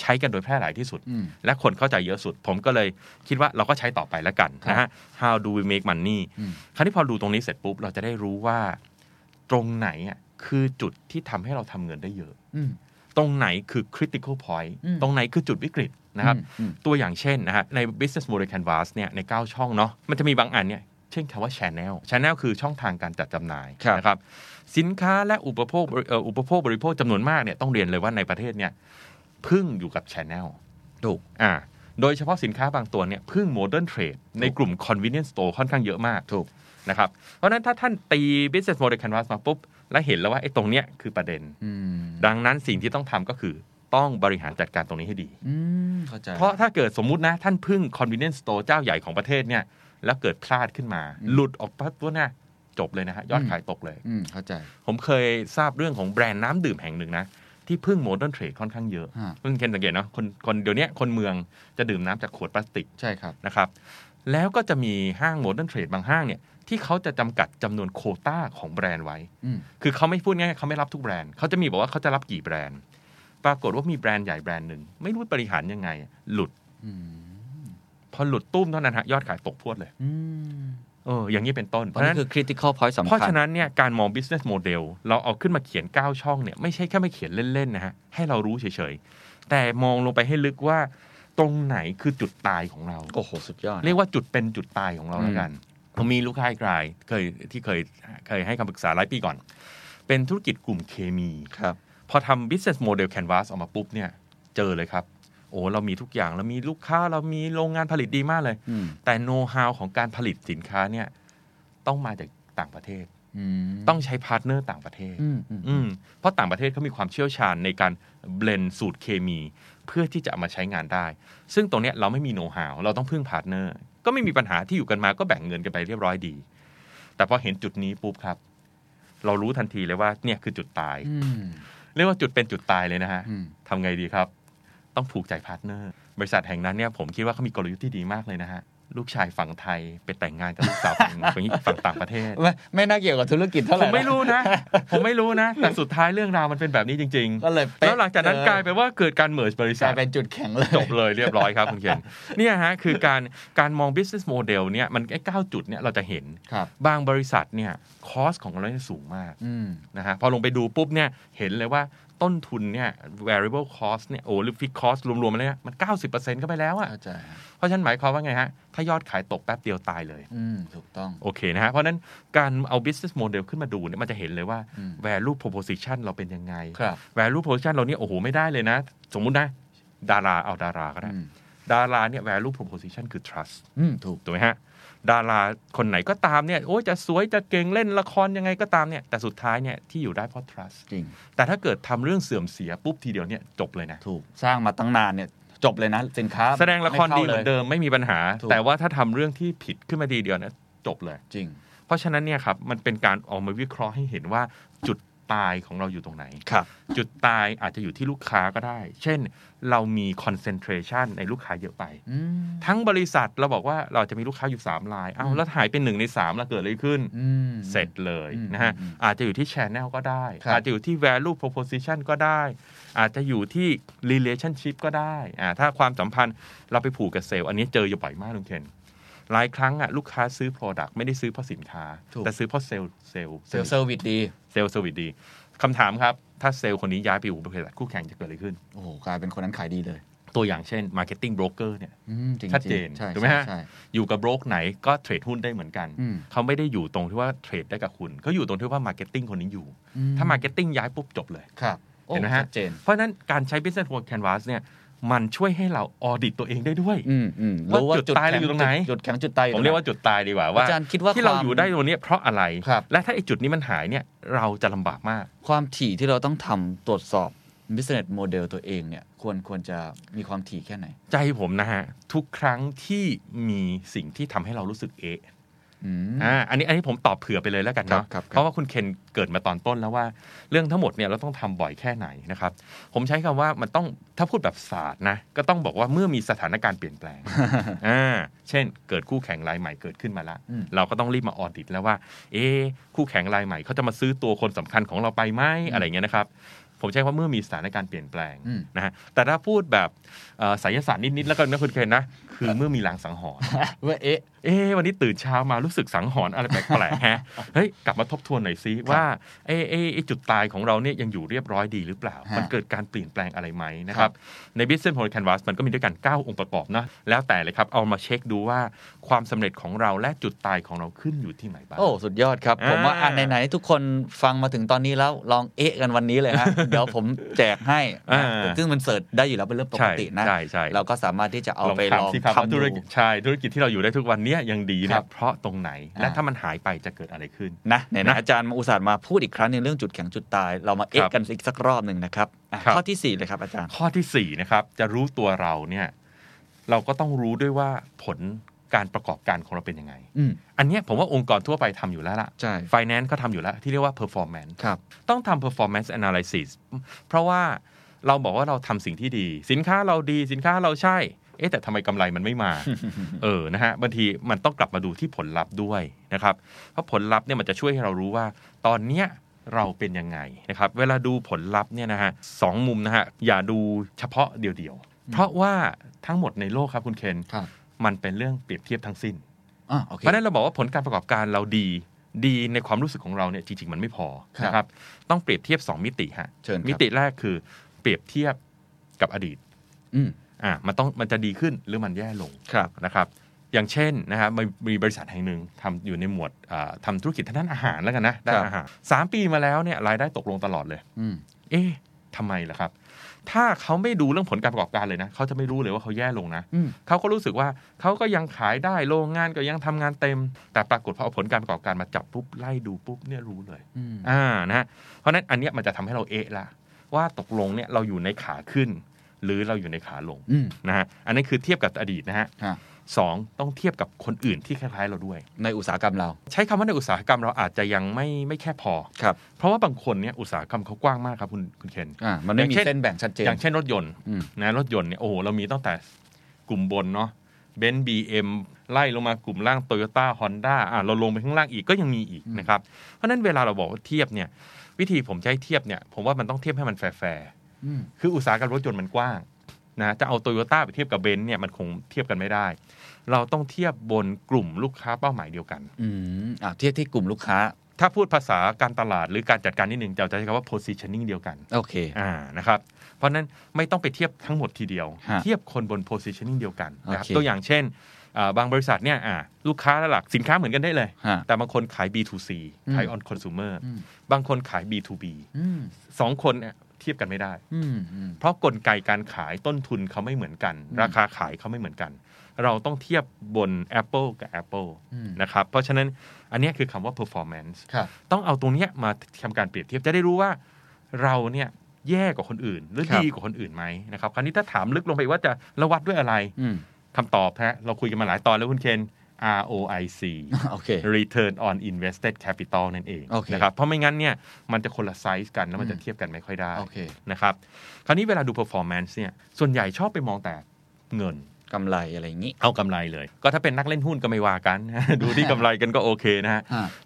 A: ใช้กันโดยแพร่หลายที่สุด
D: อืม
A: และคนเข้าใจเยอะสุด ผมก็เลยคิดว่าเราก็ใช้ต่อไปแล้วกัน
D: ครับ
A: นะฮะ how do we make money
D: อืม
A: คราวนี้พอดูตรงนี้เสร็จปุ๊บ เราจะได้รู้ว่าตรงไหนอ่ะคือจุดที่ทำให้เราทำเงินได้เยอะ
D: อืม
A: ตรงไหนคือ critical point
D: อืม
A: ตรงไหนคือจุดวิกฤตนะครับ
D: อืม
A: ตัวอย่างเช่นนะฮะใน business model canvas เนี่ยใน 9 ช่องเนาะมันจะมีบางอันเนี่ยเช่นคำว่า channel channel คือช่องทางการจัดจำหน่าย
D: ครับ
A: นะครับสินค้าและอุปโภคบริเอ่ออุปโภคบริโภคจำนวนมากเนี่ยต้องเรียนเลยว่าในประเทศเนี่ยพึ่งอยู่กับ channel
D: ถูก
A: อ่าโดยเฉพาะสินค้าบางตัวเนี่ยพึ่ง modern trade ในกลุ่ม convenience store ค่อนข้างเยอะมาก
D: ถูก
A: นะครับเพราะฉะนั้นถ้าท่านตี business model canvas มาปุ๊บ และเห็นแล้วว่าไอ้ตรงเนี้ยคือประเด็น
D: อืม
A: ดังนั้นสิ่งที่ต้องทำก็คือต้องบริหารจัดการตรงนี้ให้ดี
D: อืมเข้าใจ
A: เพราะถ้าเกิดสมมุตินะ ท่านพึ่ง convenience store เจ้าใหญ่ของประเทศเนี่ย แล้วเกิดพลาดขึ้นมา หลุดออกปั๊บตัวเนี่ยจบเลยนะฮะ ยอด
D: อืม
A: ขายตกเลย
D: อืมเข้าใจ
A: ผมเคยทราบเรื่องของแบรนด์น้ำดื่มแห่งหนึ่งนะ ที่พึ่งโมเดิร์นเทรดค่อนข้างเยอะ
D: ฮะ
A: คุณเคนสังเกตเนาะคนคนเดี๋ยวนี้คนเมืองจะดื่มน้ำจากขวดพลาสติก
D: ใช่ครับ
A: นะครับ แล้วก็จะมีห้างโมเดิร์นเทรดบางห้างเนี่ยที่เขาจะจำกัดจำนวนโควต้าของแบรนด์ไว้
D: อืม
A: คือเขาไม่พูดง่ายๆเขาไม่รับทุกแบรนด์เขาจะมีบอกว่าเขาจะรับกี่แบรนด์ ปรากฏว่ามีแบรนด์ใหญ่แบรนด์หนึ่งไม่รู้บริหารยังไงหลุด
D: อืม
A: พอหลุดตุ้มเท่านั้นฮะยอดขายตกพรวดเลย
D: อืม
A: เออ อย่างนี้เป็นต้น เพ
D: อั
A: ราะฉะ
D: นนี้
A: นั้น
D: คือ critical point สำคัญ
A: เพราะฉะนั้นเนี่ยการมอง business model เราเอาขึ้นมาเขียน 9 ช่องเนี่ยไม่ใช่แค่ไม่เขียนเล่น ๆ นะฮะ ให้เรารู้เฉย ๆ แต่มองลงไปให้ลึกว่า ตรงไหนคือจุดตายของเรา
D: โอ้โห สุดยอด
A: เรียกว่าจุดเป็นจุดตายของเรา
D: อืม
A: แล้วกัน ผมมีลูกค้าอีกรายเคยที่เคยเคยให้คำปรึกษาหลายปีก่อน เป็นธุรกิจกลุ่มเคมี
D: ครับ
A: พอทำ business model canvas ออกมาปุ๊บเนี่ยเจอเลยครับ โอ้เรามีทุกอย่างเรามีลูกค้าเรามีโรงงานผลิตดีมากเลย
D: อืม
A: แต่โน้ต how ของการผลิตสินค้าเนี่ยต้องมาจากต่างประเทศ
D: อืม
A: ต้องใช้พาร์ทเนอร์ต่างประเทศ
D: อืมอืม
A: อืมเพราะต่างประเทศเขามีความเชี่ยวชาญในการเบลนสูตรเคมี เพื่อที่จะเอามาใช้งานได้ ซึ่งตรงเนี้ยเราไม่มีโน้ต how เราต้องพึ่งพาร์ทเนอร์ก็ไม่มีปัญหาที่อยู่กันมาก็แบ่งเงินกันไปเรียบร้อยดี แต่พอเห็นจุดนี้ปุ๊บครับ เรารู้ทันทีเลยว่าเนี่ยคือจุดตาย
D: อืม
A: เรียกว่าจุดเป็นจุดตายเลยนะฮะ
D: อืม
A: ทำไงดีครับ ต้องผูกใจพาร์ทเนอร์ บริษัทแห่งนั้นเนี่ยผมคิดว่าเขามีกลยุทธ์ที่ดีมากเลยนะฮะ ลูกชายฝั่งไทยไปแต่งงานกับลูกสาวฝั่ง ฝั่งฝั่งต่างประเทศ
D: ไม่ไม่น่าเกี่ยวกับธุรกิจเท่าไห
A: ผ
D: ร่
A: ม
D: นะ
A: ไม่รู้ นะ ผมไม่รู้นะ แต่สุดท้ายเรื่องราวมันเป็นแบบนี้จริง
D: ก็เลย
A: ๆ
D: เป๊ะ
A: แล้วหลังจากนั้น
D: เออก
A: ลายเป็นว่าเกิดการเมิร์บริ
D: ก
A: ษั
D: ลา
A: ท
D: ยเป็นจุดแข็งเลย
A: จบเลยเรียบร้อยครับคุณเขียน เนี่ยฮะคือการการมอง business model เนี่ยมันไอ้เก้าจุดเนี่ยเราจะเห็น
D: ครับ
A: บางบริษัทเนี่ยคอสของเราเนี่ยสูงมาก
D: อืม
A: นะฮะพอลงไปดูปุ๊บเนี่ยเห็นเลยว่าต้นทุนเนี่ย variable cost เนี่ยโอ้หรือ fixed cost รวมๆแล้วเนี่ยมัน 90%เข้าไปแล้วอะ
D: เข้าใจฮะ
A: เพราะฉะนันหมายความว่าไงฮะ ถ้ายอดขายตกแป๊บเดียวตายเลย
D: อืม ถูกต้อง
A: โอเคนะฮะ เพราะฉะนั้นการเอา business model ขึ้นมาดูเนี่ยมันจะเห็นเลยว่า
D: อืม
A: value proposition เราเป็นยังไง
D: ครับ
A: value proposition เราเนี่ยโอ้โห ไม่ได้เลยนะ สมมุตินะ ดาราเอาดาราก็ได้
D: อืม
A: ดาราเนี่ย value proposition คือ trust
D: อืม ถูก
A: ถูกไหมฮะ ดาราคนไหนก็ตามเนี่ยโอ้ยจะสวยจะเก่งเล่นละครยังไงก็ตามเนี่ยแต่สุดท้ายเนี่ยที่อยู่ได้เพราะ trust
D: จริง
A: แต่ถ้าเกิดทำเรื่องเสื่อมเสียปุ๊บทีเดียวเนี่ยจบเลยนะ
D: ถูก สร้างมาตั้งนานเนี่ย จบเลยนะ สินค้า
A: แสดงละครดีเหมือน
D: ไข้าลย
A: เดิมไม่มีปัญหา
D: ถูก
A: แต่ว่าถ้าทำเรื่องที่ผิดขึ้นมาดีเดียวนะจบเลย
D: จริง
A: เพราะฉะนั้นเนี่ยครับมันเป็นการออกมาวิเคราะห์ให้เห็นว่าจุดตายของเราอยู่ตรงไหน
D: ครับ
A: จุดตายอาจจะอยู่ที่ลูกค้าก็ได้ เช่น เรามี concentration ในลูกค้าเยอะไป
D: อืม
A: ทั้งบริษัทเราบอกว่าเราจะมีลูกค้าอยู่3รายอ้าวแล้วหายเป็นหนึ่งใน3แล้วเกิดอะไรขึ้น
D: อืม
A: เสร็จเลย
D: อืม
A: นะฮะ
D: อืม
A: อาจจะอยู่ที่ Channel ก็ได้
D: ครับ
A: อาจจะอยู่ที่ Value Proposition ก็ได้ อาจจะอยู่ที่ Relationship ก็ได้อ่าถ้าความสัมพันธ์เราไปผูกกับเซลล์อันนี้เจออยู่บ่อยมากลุงเคนหลายครั้งอ่ะลูกค้าซื้อ Product ไม่ได้ซื้อเพราะสินค้า
D: ถูก
A: แต่ซื้อเพราะเซลล์เซลล์
D: เซลล์เซอร์วิสดี
A: เซลล์สวิตดีคำถามครับ ถ้าเซลล์คนนี้ย้ายไปอยู่บริษัทคู่แข่งจะเกิดอะไรขึ้น
D: โอ้โห กลายเป็นคนนั้นขายดีเลย
A: ตัวอย่างเช่น Marketing Broker เนี่ย
D: อืม จริง
A: ชัดเจน
D: ริงใช่
A: ถูกไหมฮะ
D: ใช่ใช่
A: อยู่กับโบรกไหนก็เทรดหุ้นได้เหมือนกัน
D: อืม
A: เขาไม่ได้อยู่ตรงที่ว่าเทรดได้กับคุณเขาอยู่ตรงที่ว่า Marketing คนนี้อยู่
D: อืม
A: ถ้า Marketing ย้ายปุ๊บจบเลย
D: ครับโอ้
A: เห็นไหมฮะ
D: ชัดเจน
A: เพราะฉะนั้นการใช้ business model canvas เนี่ยมันช่วยให้เราออดิตตัวเองได้ด้วย
D: อืมอืมรู้ว่า
A: ว่าจุดตายเราอยู่ตรงไหน
D: จุดแข็งจุดตายอ
A: ผมเรียกว่า
D: ตงไ
A: จุดตายดีกว่าว่า
D: อาจารย์คิดว่า
A: ที่เรา
D: ความ
A: อยู่ได้ตรงเนี้ยเพราะอะไร
D: ครับ
A: และถ้าไอ้จุดนี้มันหายเนี่ยเราจะลำบากมาก
D: หนความถี่ที่เราต้องทำตรวจสอบ business model ตัวเองเนี่ย ควรควรจะมีความถี่แค่ไหน
A: ใจผมนะฮะ ทุกครั้งที่มีสิ่งที่ทำให้เรารู้สึกเอะ
D: อืม
A: อ่าอันนี้อันนี้ผมตอบเผื่อไปเลยแล้วกันเนาะ
D: ครับครับครับ
A: เพราะว่าคุณเคนเกิดมาตอนต้นแล้วว่า เรื่องทั้งหมดเนี่ยเราต้องทำบ่อยแค่ไหนนะครับ ผมใช้คำว่ามันต้องถ้าพูดแบบศาสตร์นะก็ต้องบอกว่าเมื่อมีสถานการณ์เปลี่ยนแปล ง อ่าเช่น เกิดคู่แข่งรายใหม่เกิดขึ้นมาละ
D: อืม
A: เราก็ต้องรีบมาออดิตแล้วว่า เอ๊ะคู่แข่งรายใหม่เขาจะมาซื้อตัวคนสำคัญของเราไปไหมอะไรเงี้ยนะครับ ผมใช้คำว่าเมื่อมีสถานการณ์เปลี่ยนแปลง
D: อืม
A: นะฮะแต่ถ้าพูดแบบเอ่อไสายศาสตร์นิดๆแล้วกันนะคุณเคนนะคือเมื่อมีลางสังหรณ์
D: ว่าเอ๊ะ
A: เอ๊ะวันนี้ตื่นเช้ามารู้สึกสังหรณ์อะไรแปลกๆ ฮะ เฮ้ย กลับมาทบทวนหน่อยซิว่าเอ๊ะเอ๊ะไอ้จุดตายของเราเนี่ยยังอยู่เรียบร้อยดีหรือเปล่า
D: ฮะ
A: มันเกิดการเปลี่ยนแปลงอะไรไหมนะค
D: ครั
A: รับ
D: บ
A: ใน Business Model Canvas มันก็มีด้วยกัน 9 องค์ประกอบนะ แล้วแต่เลยครับ เอามาเช็คดูว่าความสำเร็จของเราและจุดตายของเราขึ้นอยู่ที่ไหนบ้าง
D: โอ้ สุดยอดครับ
A: อ่า
D: ผมว่าอันไหนๆทุกคนฟังมาถึงตอนนี้แล้วลองเอ๊ะกันวันนี้เลยฮะ เดี๋ยวผมแจกให้นะซึ่งมันเสิร์ชได้อยู่แล้วเป็นเรื่องปก
A: ใช่
D: ตินะ
A: ใช่ใช่
D: เราก็สามารถที่จะเอาไปลอง
A: ถมสิครับว่า
D: ทำดู
A: ธุรกิจใช่ธุรกิจที่เราอยู่ได้ทุกวันเนี้ยยังดี
D: ครั
A: นะ
D: บ
A: เพราะตรงไหนและ
D: อ่า
A: ถ้ามันหายไปจะเกิดอะไรขึ้น
D: นะไหนๆอาจารย์มาอุตส่าห์มาพูดอีกครั้งในงเรื่องจุดแข็งจุดตาย เรามาเอ๊ะ
A: ครับ
D: กันอีกสักรอบหนึ่งนะครับอ่ะ
A: ครับ
D: ข้อที่สี่เลยครับอาจารย์
A: ข้อที่สี่นะครับจะรู้ตัวเราเนี่ยเราก็ต้องรู้ด้วยว่าผลการประกอบการของเราเป็นยังไง
D: อืม
A: อันเนี้ยผมว่าองค์กรทั่วไปทำอยู่แล้วล่ะ
D: ใช่
A: Finance ก็ทำอยู่แล้ว ที่เรียกว่า performance
D: ครับ
A: ต้องทำ performance analysis เพราะว่าเราบอกว่าเราทำสิ่งที่ดี สินค้าเราดีสินค้าเราใช่ เอ๊ะแต่ทำไมกำไรมันไม่มา เออนะฮะบางทีมันต้องกลับมาดูที่ผลลัพธ์ด้วยนะครับ เพราะผลลัพธ์เนี่ยมันจะช่วยให้เรารู้ว่า ตอนเนี้ยเราเป็นยังไงนะครับ เวลาดูผลลัพธ์เนี่ยนะฮะสองมุมนะฮะอย่าดูเฉพาะเดียวๆเพราะว่าทั้งหมดในโลกครับคุณเคน
D: ครับ
A: มันเป็นเรื่องเปรียบเทียบทั้งสิ้น
D: อ่ะโอเค
A: เพราะฉะนั้นเราบอกว่าผลการประกอบการเราดีดีในความรู้สึกของเราเนี่ยจริง ๆ มันไม่พอ
D: ครับ
A: นะครับต้องเปรียบเทียบ 2 มิติฮะ
D: เชิญครับ
A: มิติแรกคือเปรียบเทียบกับอดีต
D: อืม
A: อ่ะมันต้องมันจะดีขึ้นหรือมันแย่ลง
D: ครับ
A: นะครับ อย่างเช่นนะครับมีมีบริษัทแห่งหนึ่งทำอยู่ในหมวดอ่าทำาธุรกิจทางด้านอาหารแล้วกันนะด้านอาหารสามปีมาแล้วเนี่ยรายได้ตกลงตลอดเลย
D: อืม
A: เอ๊ะทำไมล่ะครับ ถ้าเขาไม่ดูเรื่องผลการประกอบการเลยนะเขาจะไม่รู้เลยว่าเขาแย่ลงนะ
D: อืม
A: เขาก็รู้สึกว่าเขาก็ยังขายได้โรงงานก็ยังทำงานเต็ม แต่ปรากฏพอเอาผลการประกอบการมาจับปุ๊บไล่ดูปุ๊บเนี่ยรู้เลย
D: อืม
A: อ่านะฮะเพราะฉะนั้นอันเนี้ยมันจะทำให้เราเอะละว่าตกลงเนี่ยเราอยู่ในขาขึ้น หรือเราอยู่ในขาลง
D: อืม
A: นะฮะอันนี้คือเทียบกับอดีตนะฮะ
D: ฮะ
A: สองต้องเทียบกับคนอื่นที่คล้ายๆเราด้วย
D: ในอุตสาหกรรมเรา
A: ใช้คำว่าในอุตสาหกรรมเราอาจจะยังไม่ไม่แค่พอ
D: ครับ
A: เพราะว่าบางคนเนี่ยอุตสาหกรรมเขากว้างมากครับคุณคุณเคน
D: อ่า มันไม่
A: อย่าง
D: มี
A: เช่น
D: เส้นแบ่งชัดเจน
A: อย่างเช่นรถยนต์
D: อืม
A: นะรถยนต์เนี่ยโอ้โหเรามีตั้งแต่กลุ่มบนเนาะเบนซ์บีเอ็มไล่ลงมากลุ่มล่างโตโยต้าฮอนด้าอ่ะเราลงไปข้างล่างอีกก็ยังมีอีกนะครับ เพราะฉะนั้นเวลาเราบอกว่าเทียบเนี่ยวิธีผมใช้เทียบเนี่ยผมว่ามันต้องเทียบให้มันแฟร์
D: อืม
A: ๆคืออุตสาหกรรมรถยนต์มันกว้างนะจะเอาโตโยต้าไปเทียบกับเบนซ์เนี่ยมันคงเทียบกันไม่ได้ เราต้องเทียบบนกลุ่มลูกค้าเป้าหมายเดียวกัน
D: อืมอ่าเทียบที่กลุ่มลูกค้า
A: ถ้าพูดภาษาการตลาดหรือการจัดการนิดนึงเราจะใช้คำว่า positioning เดียวกัน
D: โอเค
A: อ่านะครับเพราะฉะนั้นไม่ต้องไปเทียบทั้งหมดทีเดียว
D: ฮะ
A: เทียบคนบน positioning เดียวกันนะครับ
D: โอเค
A: ตัวอย่างเช่นอ่าบางบริษัทเนี่ยอ่าลูกค้าหลักสินค้าเหมือนกันได้เลย
D: ฮะ
A: แต่บางคนขาย B2C ขาย
D: อืม
A: on consumer
D: อืม
A: บางคนขาย B2B
D: อืม
A: สองคนเนี่ยเทียบกันไม่ได้
D: อืมอืม
A: เพราะกลไกการขายต้นทุนเขาไม่เหมือนกัน
D: อืม
A: ราคาขายเขาไม่เหมือนกัน เราต้องเทียบบน Apple กับ Apple
D: อืม
A: นะครับเพราะฉะนั้นอันเนี้ยคือคำว่า performance
D: ครับ
A: ต้องเอาตรงเนี้ยมาทำการเปรียบเทียบจะได้รู้ว่าเราเนี่ยแย่กว่าคนอื่น หรือ
D: ครับ
A: ดีกว่าคนอื่นไหมนะครับคราวนี้ถ้าถามลึกลงไปว่าจะระวัดด้วยอะไร
D: อืม
A: คำตอบฮะเราคุยกันมาหลายตอนแล้วคุณเคน ROIC
D: โอเค
A: Return on Invested Capital นั่นเอง
D: โอเค
A: นะครับเพราะไม่งั้นเนี่ยมันจะคนละไซส์กันแล้วมันจะเทียบกันไม่ค่อยได้
D: โอเค
A: นะครับคราวนี้เวลาดู performance เนี่ยส่วนใหญ่ชอบไปมองแต่เงิน
D: กำไรอะไรอย่างนี้
A: เอากำไรเลย ก็ถ้าเป็นนักเล่นหุ้นก็ไม่ว่ากัน ดูที่กำไรกันก็โอเคนะฮะ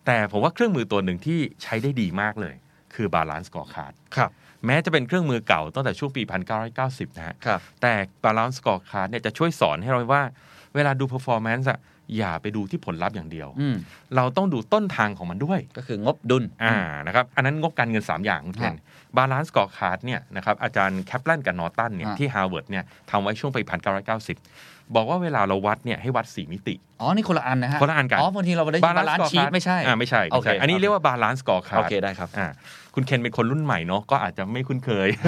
A: แต่ผมว่าเครื่องมือตัวหนึ่งที่ใช้ได้ดีมากเลย คือบาลานซ์กอคาร์ด
D: ครับ
A: แม้จะเป็นเครื่องมือเก่าตั้งแต่ช่วงปี 1990 นะฮะ
D: ครับ
A: แต่บาลานซ์กอคาร์ดเนี่ยจะช่วยสอนให้เราว่า เวลาดู performance อะอย่าไปดูที่ผลลัพธ์อย่างเดียว
D: อืม
A: เราต้องดูต้นทางของมันด้วย
D: ก็คืองบดุล
A: อ่านะครับอันนั้นงบการเงิน 3 อย่างคุณเทนบาลานซ์กอคาร์ดเนี่ยนะครับอาจารย์แคปลันกับนอร์ตันเนี่ย
D: ฮะ
A: ที่ฮาร์วาร์ดเนี่ยทำไว้ช่วงปี 1990 บอกว่าเวลาเราวัดเนี่ยให้วัด 4 มิติ
D: อ๋อ นี่คนละอันนะฮะ
A: คนละอันกัน
D: อ๋อบางทีเราได้ยินบาลานซ์
A: Balance
D: ชีต
A: Scorecard
D: ไม่ใช่
A: อ่าไม่ใช่
D: โอ
A: ไม่
D: เค
A: ใช่ อันนี้
D: โอเค
A: เรียกว่าบาลานซ์กอคา
D: โอ
A: ร์ด
D: เคได้ครับ
A: อ่าคุณเคนเป็นคนรุ่นใหม่เนาะก็อาจจะไม่คุ้นเคย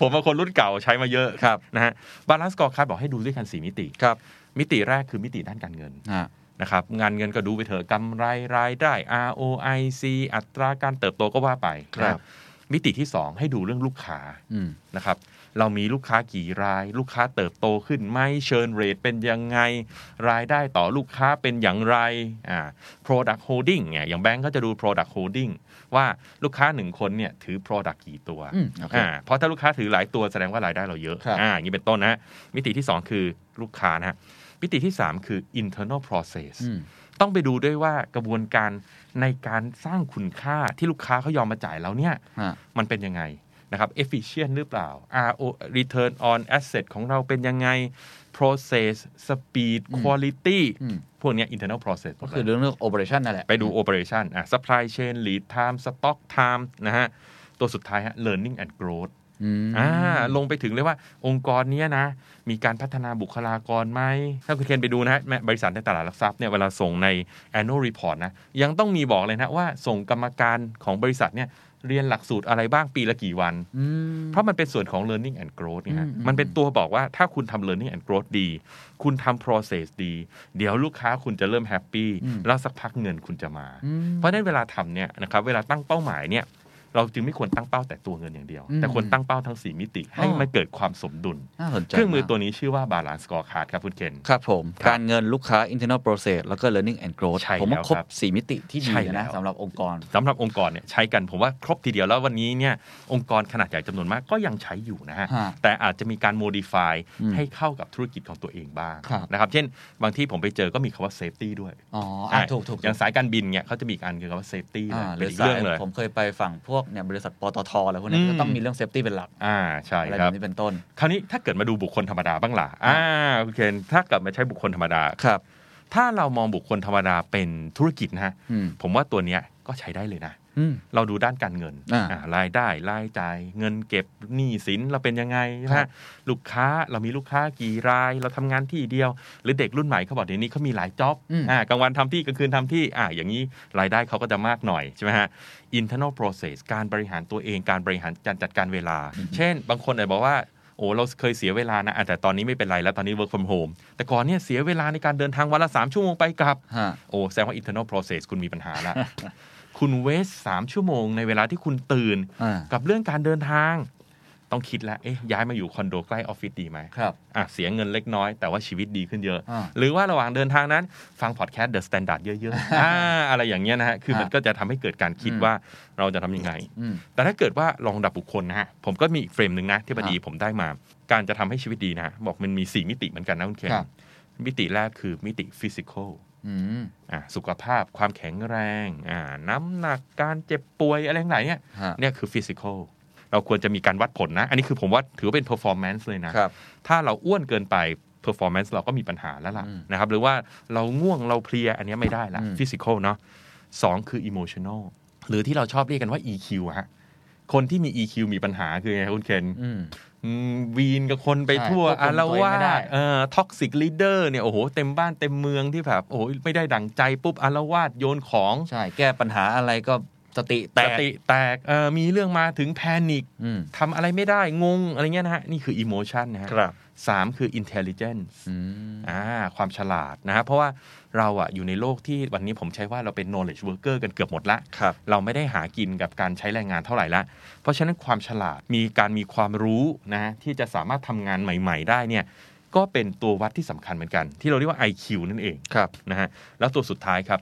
A: ผมเป็นคนรุ่นเก่าใช้มาเยอะ
D: ครับ
A: นะฮะบาลานซ์กอคาร์ดบอกให้ดูด้วยกันสีมิติ
D: ครับ
A: มิติแรกคือมิติด้านการเงิน
D: ฮะ
A: นะครับงานเงินก็ดูไปเถอะกำไรรายได้ ROIC อัตราการเติบโตก็ว่าไป
D: ครับ
A: นะ มิติที่สองให้ดูเรื่องลูกค้า
D: อืม
A: นะครับเรามีลูกค้ากี่ราย ลูกค้าเติบโตขึ้นไหมเชิญเรทเป็นยังไง รายได้ต่อลูกค้าเป็นอย่างไรอ่า product holding เนี่ยอย่างแบงก์ก็จะดู product holding ว่าลูกค้าหนึ่งคนเนี่ยถือ product กี่ตัว
D: อืมโอเค
A: เพราะถ้าลูกค้าถือหลายตัวแสดงว่ารายได้เราเยอะ
D: ครับ
A: อ่าอย่างนี้เป็นต้นนะ มิติที่ 2 คือลูกค้านะฮะมิติที่ 3 คือ internal process
D: อืม
A: ต้องไปดูด้วยว่ากระบวนการในการสร้างคุณค่าที่ลูกค้าเขายอมมาจ่ายเราเนี่ย
D: ฮะ
A: มันเป็นยังไงนะครับ efficient หรือเปล่า RO return on asset ของเราเป็นยังไง process speed
D: อืม
A: quality
D: อืม
A: พวกเนี้ย internal process หม
D: ก็
A: ด
D: คือ
A: เลย
D: เรื่องเรื่อง operation นั่นแหละ
A: ไปดู operation อ่ะ supply chain lead time stock time นะฮะ ตัวสุดท้ายฮะ learning and growth
D: อืม
A: อ่าลงไปถึงเลยว่าองค์กรเนี้ยนะ มีการพัฒนาบุคลากรไหม ถ้าคุณเคนไปดูนะฮะแม่บริษัทในตลาดหลักทรัพย์เนี่ยเวลาส่งใน annual report นะ ยังต้องมีบอกเลยนะว่าส่งกรรมการของบริษัทเนี่ยเรียนหลักสูตรอะไรบ้างปีละกี่วัน
D: อืม
A: เพราะมันเป็นส่วนของ learning and growth ไงฮะ
D: อืม
A: มันเป็นตัวบอกว่าถ้าคุณทำ learning and growth ดี คุณทำ process ดี เดี๋ยวลูกค้าคุณจะเริ่มแฮปปี้แล้วสักพักเงินคุณจะมา
D: อืม
A: เพราะฉะนั้นเวลาทำเนี่ยนะครับเวลาตั้งเป้าหมายเนี่ยเราจึงไม่ควรตั้งเป้าแต่ตัวเงินอย่างเดียว
D: อืม
A: แต่ควรตั้งเป้าทั้ง 4 มิติ ให้
D: อ๋อ
A: มันเกิดความสมดุล
D: น่าสนใจ
A: เครื่องมือ
D: าก
A: ตัวนี้ชื่อว่า balance scorecard ครับคุณเคน
D: ครับผม
A: ครับ
D: การเงินลูกค้า internal process แล้วก็ learning and growth
A: ใช่
D: ผมว่า
A: แล้ว
D: ครบ
A: ครับ
D: 4 มิติที่ดี
A: ใช่
D: เลย
A: แล้
D: นะ
A: ว
D: สำหรับองค์กร
A: สำหรับองค์กรเนี่ยใช้กันผมว่าครบทีเดียวแล้ววันนี้เนี่ยองค์กรขนาดใหญ่จำนวนมากก็ยังใช้อยู่นะฮะ
D: ฮะ
A: แต่อาจจะมีการ modify
D: อืม
A: ให้เข้ากับธุรกิจของตัวเองบ้าง
D: ครับ
A: นะครับ เช่น บางที่ผมไปเจอก็มีคำว่า safety ด้วย
D: อ๋ออ่ะถูกถูก
A: อย่างสายการบินเนี่ยเขาจะมีอีกอันคือคำว่า safety
D: อ่า
A: นะ
D: ห
A: เป็
D: รื
A: นอี
D: อ
A: ก
D: สา
A: เรื่อย งเลย
D: ผมเคยไปฝั่งพวกเนี่ยบริษัทปตทอะไรพวกเนี้ย
A: อืม
D: ก็ต้องมีเรื่อง safety เป็นหลัก
A: อ่าใช่
D: อะไร
A: ค
D: แบ
A: รั
D: บบ นี้เป็นต้น
A: คราวนี้ถ้าเกิดมาดูบุคคลธรรมดาบ้างล่ะอ่าคุณเคนถ้ากลับมาใช้บุคคลธรรมดา
D: ครับ
A: ถ้าเรามองบุคคลธรรมดาเป็นธุรกิจนะฮะ
D: อืม
A: ผมว่าตัวเนี้ยก็ใช้ได้เลยนะ
D: อืม
A: เราดูด้านการเงิน
D: อ่า
A: อ่ารายได้รายจ่าย เงินเก็บหนี้สินเราเป็นยังไงนะ
D: ครั
A: ฮะ
D: บ
A: ลูกค้าเรามีลูกค้ากี่ราย เราทำงานที่เดียว หรือเด็กรุ่นใหม่เขาบอกเดี๋ยวนี้เขามีหลายจ็อบอ่ากลางวันทำที่กลางคืนทำที่อ่าอย่างนี้รายได้เขาก็จะมากหน่อยใช่ไหมฮะ internal process การบริหารตัวเองการบริหารการจัดการเวลา เช่น บางคนอาจจะบอกว่า โอ้เราเคยเสียเวลานะอ่ะแต่ตอนนี้ไม่เป็นไรแล้วตอนนี้ work from home แต่ก่อนเนี่ยเสียเวลาในการเดินทางวันละสามชั่วโมงไปกลับ
D: ฮะ
A: โอ้แสดงว่า internal process คุณมีปัญหา ละ คุณเวสสามชั่วโมงในเวลาที่คุณตื่น
D: อ่า
A: กับเรื่องการเดินทาง ต้องคิดแล้ว เอ๊ะ ย้ายมาอยู่คอนโดใกล้ออฟฟิศดีไหม
D: ครับ
A: อ่ะเสียเงินเล็กน้อย แต่ว่าชีวิตดีขึ้นเยอะ
D: อ่า
A: หรือว่าระหว่างเดินทางนั้น ฟังพอดแคสต์ The Standard เยอะๆ อ่าอะไรอย่างเงี้ยนะฮะ คือมัน
D: ฮะ
A: ก็จะทำให้เกิดการคิดว่าเราจะทำยังไง
D: อืม
A: แต่ถ้าเกิดว่าลองดับบุคคลนะฮะ ผมก็มีอีกเฟรมหนึ่งนะ ที่พอดีผมได้มา การจะทำให้ชีวิตดีนะฮะบอกมันมีสี่มิติเหมือนกันนะคุณเคน
D: ครับ
A: มิติแรกคือมิติฟิสิกอล
D: อืม
A: อ่ะสุขภาพความแข็งแรงอ่าน้ำหนักการเจ็บป่วยอะไรทั้งหลายเนี่ย
D: ฮะ
A: เนี่ยคือฟิสิกอลเราควรจะมีการวัดผลนะ อันนี้คือผมว่าถือว่าเป็น performance เลยนะ
D: ครับ
A: ถ้าเราอ้วนเกินไป performance เราก็มีปัญหาแล้วล่ะ
D: อืม
A: นะครับ หรือว่าเราง่วงเราเพลียอันเนี้ยไม่ได้ละ
D: อืม
A: ฟิสิกอลเนาะสองคือ emotional หรือที่เราชอบเรียกกันว่า EQ อะฮะคนที่มี EQ มีปัญหาคือไงคุณเคน
D: อืม
A: อืมวีนกับคนไปทั่ว
D: ใช่คว
A: อา
D: บคุม
A: ร
D: ตัวเอง
A: วา
D: ไม่ได้
A: สเอ่อท็อกซิกลีดเดอร์เนี่ยโอ้โห เต็มบ้านเต็มเมืองที่แบบโอ้โหไม่ได้ดั่งใจปุ๊บอารวาสโยนของ
D: ใช่แก้ปัญหาอะไรก็สติแต
A: ส
D: ก
A: ติแตกเอ่อมีเรื่องมาถึงแพนิค
D: อืม
A: ทำอะไรไม่ได้งงอะไรเงี้ยนะฮะ นี่คืออิโมชันนะฮะ
D: ครับ
A: สามคือ intelligence
D: อืม
A: อ่าความฉลาดนะฮะเพราะว่าเราอะอยู่ในโลกที่วันนี้ผมใช้ว่าเราเป็น knowledge worker กันเกือบหมดละ
D: ครับ
A: เราไม่ได้หากินกับการใช้แรงงานเท่าไหร่ละ เพราะฉะนั้นความฉลาดมีการมีความรู้นะฮะที่จะสามารถทำงานใหม่ ๆ ได้เนี่ยก็เป็นตัววัดที่สำคัญเหมือนกัน ที่เราเรียกว่า IQ นั่นเอง
D: ครับ
A: นะฮะแล้วตัวสุดท้ายครับ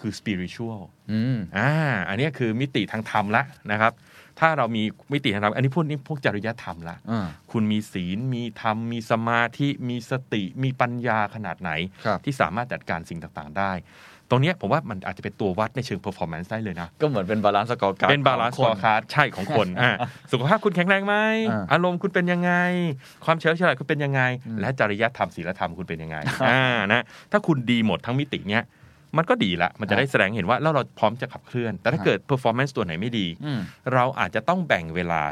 A: คือ spiritual
D: อืม
A: อ่าอันนี้คือมิติทางธรรมละนะครับ ถ้าเรามีมิติทางธรรมอันนี้พวกนี้พวกจริยธรรมละ
D: อ่า
A: คุณมีศีล มีธรรม มีสมาธิ มีสติ มีปัญญาขนาดไหน
D: ครับ
A: ที่สามารถจัดการสิ่งต่างๆได้ ตรงเนี้ยผมว่ามันอาจจะเป็นตัววัดในเชิง performance ได้เลยนะ
D: ก็เหมือนเป็นบาลานซ์สกอร์การ
A: เป็นบาลานซ์คอคาร์ดใช่ของ คนอ่ะสุขภาพคุณแข็งแรงไหม
D: อ่า
A: อารมณ์คุณเป็นยังไง ความเฉลียวฉลาดคุณเป็นยังไง และจริยธรรมศีลธรรมคุณเป็นยังไงอ่านะถ้าคุณดีหมดทั้งมิติเนี้ยมันก็ดีละมันจะได้แสดงเห็นว่าแล้วเราพร้อมจะขับเคลื่อน แต่ถ้า
D: ฮะ
A: เกิด performance ตัวไหนไม่ดี
D: อืม
A: เราอาจจะต้องแบ่งเวลา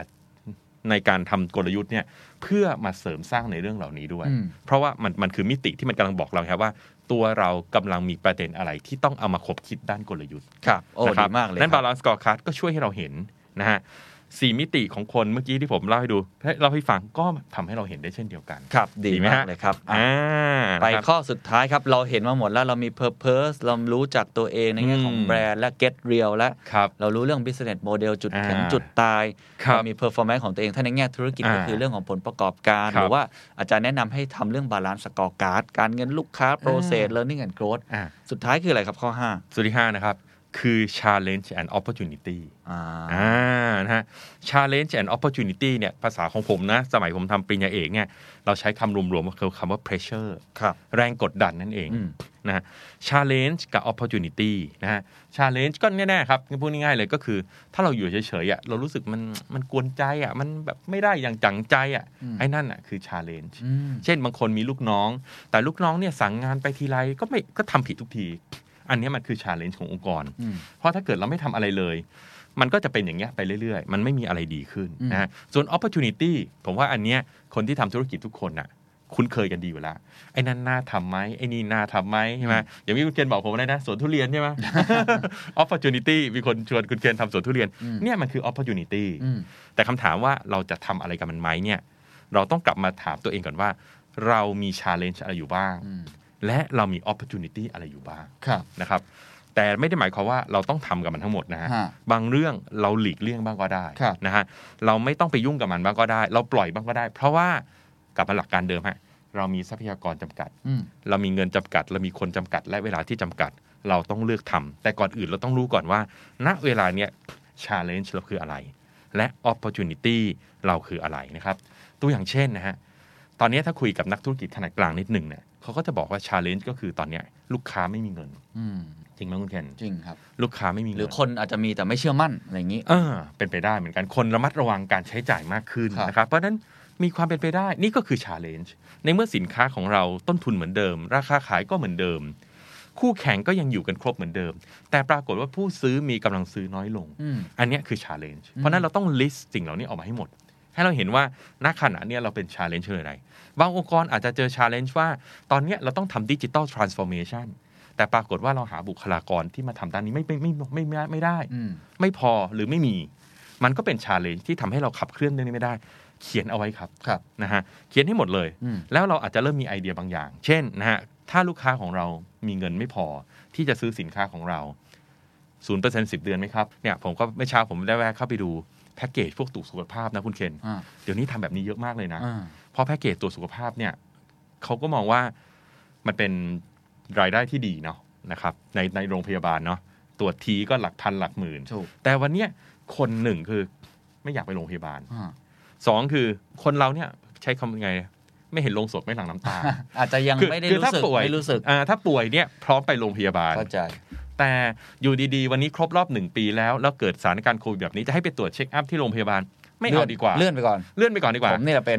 A: ในการทำกลยุทธ์เนี่ยเพื่อมาเสริมสร้างในเรื่องเหล่านี้ด้วย
D: อืม
A: เพราะว่ามันมันคือมิติที่มันกำลังบอกเราครับว่า ตัวเรากำลังมีประเด็นอะไรที่ต้องเอามาคบคิดด้านกลยุทธ์
D: ครับ โอ้
A: นะค
D: ดี
A: รับ
D: มากเลย
A: นั่
D: ครับ
A: นาลานซ์กอร์คั d ก็ช่วยให้เราเห็นนะฮะ สี่มิติของคนเมื่อกี้ที่ผมเล่าให้ดูให้เล่าให้ฟังก็ทำให้เราเห็นได้เช่นเดียวกัน
D: ครับ ดี
A: ดีไหม
D: มาก
A: ฮะ
D: เลยครับอ่ะ
A: อ่า
D: ไป
A: นะครับ
D: ข้อสุดท้ายครับ เราเห็นมาหมดแล้วเรามี purpose เรารู้จักตัวเองในแง่ของ
A: อืม
D: แบรนด์และ get real และ
A: ครับ
D: เรารู้เรื่อง business model จุดแข็ง
A: อ่า
D: จุดตาย
A: ครับ
D: เรามี performance ของตัวเอง ถ้าในแง่ธุรกิจ
A: อ่า
D: ก็คือเรื่องของผลประกอบการ
A: ครับ
D: หรือว่าอาจารย์แนะนำให้ทำเรื่อง balance score card การเงินลูกค้า process
A: อ่า
D: learning and growth
A: อ่า
D: สุดท้ายคืออะไรครับข้อ
A: สุดที่ห้านะครับ คือ challenge and opportunity
D: 5 อ่า
A: อ่านะฮะ challenge and opportunity เนี่ยภาษาของผมนะ สมัยผมทำปริญญาเอกเนี่ยเราใช้คำรวมๆว่าคือคำว่า pressure
D: ครับ
A: แรงกดดันนั่นเอง
D: อืม
A: นะฮะ challenge กับ opportunity นะฮะ challenge ก็แน่ๆครับพูดง่ายๆเลยก็คือ ถ้าเราอยู่เฉยๆอ่ะเรารู้สึกมันมันกวนใจอ่ะมันแบบไม่ได้อย่างจังใจอ่ะ
D: อืม
A: ไอ้นั่นอ่ะคือ challenge
D: อืม
A: เช่นบางคนมีลูกน้อง แต่ลูกน้องเนี่ยสั่งงานไปทีไรก็ไม่ก็ทำผิดทุกที อันเนี้ยมันคือชาเลนจ์ขององค์กร
D: อืม
A: เพราะถ้าเกิดเราไม่ทำอะไรเลย มันก็จะเป็นอย่างเงี้ยไปเรื่อย ๆ มันไม่มีอะไรดีขึ้น
D: อืม
A: นะฮะส่วน opportunity ผมว่าอันเนี้ยคนที่ทำธุรกิจทุกคนน่ะ คุ้นเคยกันดีอยู่แล้ว ไอ้นั่นน่าทำไหมไอ้นี่น่าทำไหมใช่ไหมอย่างที่คุณเคนบอกผมเลยนะสวนทุเรียนใช่ ไหม opportunity มีคนชวนคุณเคนทำสวนทุเรียนเนี่ยมันคือ opportunity
D: อืม
A: แต่คำถามว่าเราจะทำอะไรกับมันไหมเนี่ย เราต้องกลับมาถามตัวเองก่อนว่า เรามีชาเลนจ์อะไรอยู่บ้าง
D: อืม
A: และเรามี opportunity อะไรอยู่บ้าง
D: ครับ
A: นะครับ แต่ไม่ได้หมายความว่าเราต้องทำกับมันทั้งหมดนะฮะ
D: ฮะ
A: บางเรื่องเราหลีกเลี่ยงบ้างก็ได้
D: ครับ
A: นะฮะเราไม่ต้องไปยุ่งกับมันบ้างก็ได้ เราปล่อยบ้างก็ได้ เพราะว่ากลับมาหลักการเดิมฮะเรามีทรัพยากรจำกัด
D: อืม
A: เรามีเงินจำกัด เรามีคนจำกัด และเวลาที่จำกัด เราต้องเลือกทำแต่ก่อนอื่นเราต้องรู้ก่อนว่า ณเวลาเนี้ยชาเลนจ์เราคืออะไร และ opportunity เราคืออะไรนะครับ ตัวอย่างเช่นนะฮะ ตอนเนี้ยถ้าคุยกับนักธุรกิจขนาดกลางนิดหนึ่งเนี่ยเขาก็จะบอกว่าชาเลนจ์ก็คือตอนเนี้ยลูกค้าไม่มีเงิน
D: อืม
A: จริงไหมคุณเคน
D: จริงครับ
A: ลูกค้าไม่มี
D: ห
A: เงิ
D: รือคนอาจจะมีแต่ไม่เชื่อมั่น อะไรอย่างนี้
A: เออเป็นไปได้เหมือนกันคนระมัดระวังการใช้จ่ายมากขึ้น
D: ครับ
A: นะครับเพราะฉะนั้นมีความเป็นไปได้นี่ก็คือชาเลนจ์ในเมื่อสินค้าของเราต้นทุนเหมือนเดิม ราคาขายก็เหมือนเดิม คู่แข่งก็ยังอยู่กันครบเหมือนเดิม แต่ปรากฏว่าผู้ซื้อมีกำลังซื้อน้อยลง
D: อืม
A: อันเนี้ยคือชาเลนจ์
D: อืม
A: เพราะฉะนั้นเราต้อง list สิ่งเหล่านี้ออกมาให้หมด ให้เราเห็นว่าณขณะเนี้ยเราเป็นชาเลนจ์คืออะไร บางองค์กรอาจจะเจอชาเลนจ์ว่า ตอนเนี้ยเราต้องทำดิจิ t a ลทรานส์ฟอร์เมชันแต่ปรากฏว่าเราหาบุคลากรที่มาทำด้านนี้ไม่ไม่ไม่ไม่ไม่ไม่ได้
D: อืม
A: ไม่พอหรือไม่มี มันก็เป็นชาเลนจ์ที่ทำให้เราขับเคลื่อนเรื่องนี้ไม่ได้ เขียนเอาไว้ครับ
D: ครับ
A: นะฮะเขียนให้หมดเลย
D: อืม
A: แล้วเราอาจจะเริ่มมีไอเดียบางอย่าง เช่นนะฮะถ้าลูกค้าของเรามีเงินไม่พอที่จะซื้อสินค้าของเรา0% 10 เดือนไหมครับเนี่ยผมก็เมื่อเช้าผมได้แวะเข้าไปดูแพ็กเกจพวกตรวจสุขภาพนะคุณเคน
D: อ่า
A: เดี๋ยวนี้ทำแบบนี้เยอะมากเลยนะ
D: อ่า
A: เพราะแพ็กเกจตรวจสุขภาพเนี่ยเขาก็มองว่ามันเป็นรายได้ที่ดีเนาะนะครับในในโรงพยาบาลเนาะตรวจทีก็หลักพันหลักหมื่น
D: ถูก
A: แต่วันเนี้ยคนหนึ่งคือไม่อยากไปโรงพยาบาล
D: อ่า
A: สองคือคนเราเนี่ยใช้คำยังไง ไม่เห็นโรงศพไม่หลั่งน้ำตา
D: อาจจะยัง
A: คื
D: ไม่ได้
A: คื
D: รู้
A: ถ้า
D: สึก
A: ป่วย
D: ไม่รู้สึก
A: อ่าถ้าป่วยเนี่ยพร้อมไปโรงพยาบาล
D: เข้าใจ
A: แต่อยู่ดีๆ วันนี้ครบรอบหนึ่งปีแล้ว แล้วเกิดสถานการณ์โควิดแบบนี้จะให้ไปตรวจเช็คอัพที่โรงพยาบาล ไม่เอาดีกว่า
D: เลื่อนไปก่อน
A: เลื่อนไปก่อนดีกว่า
D: ผมนี่แหละเป็น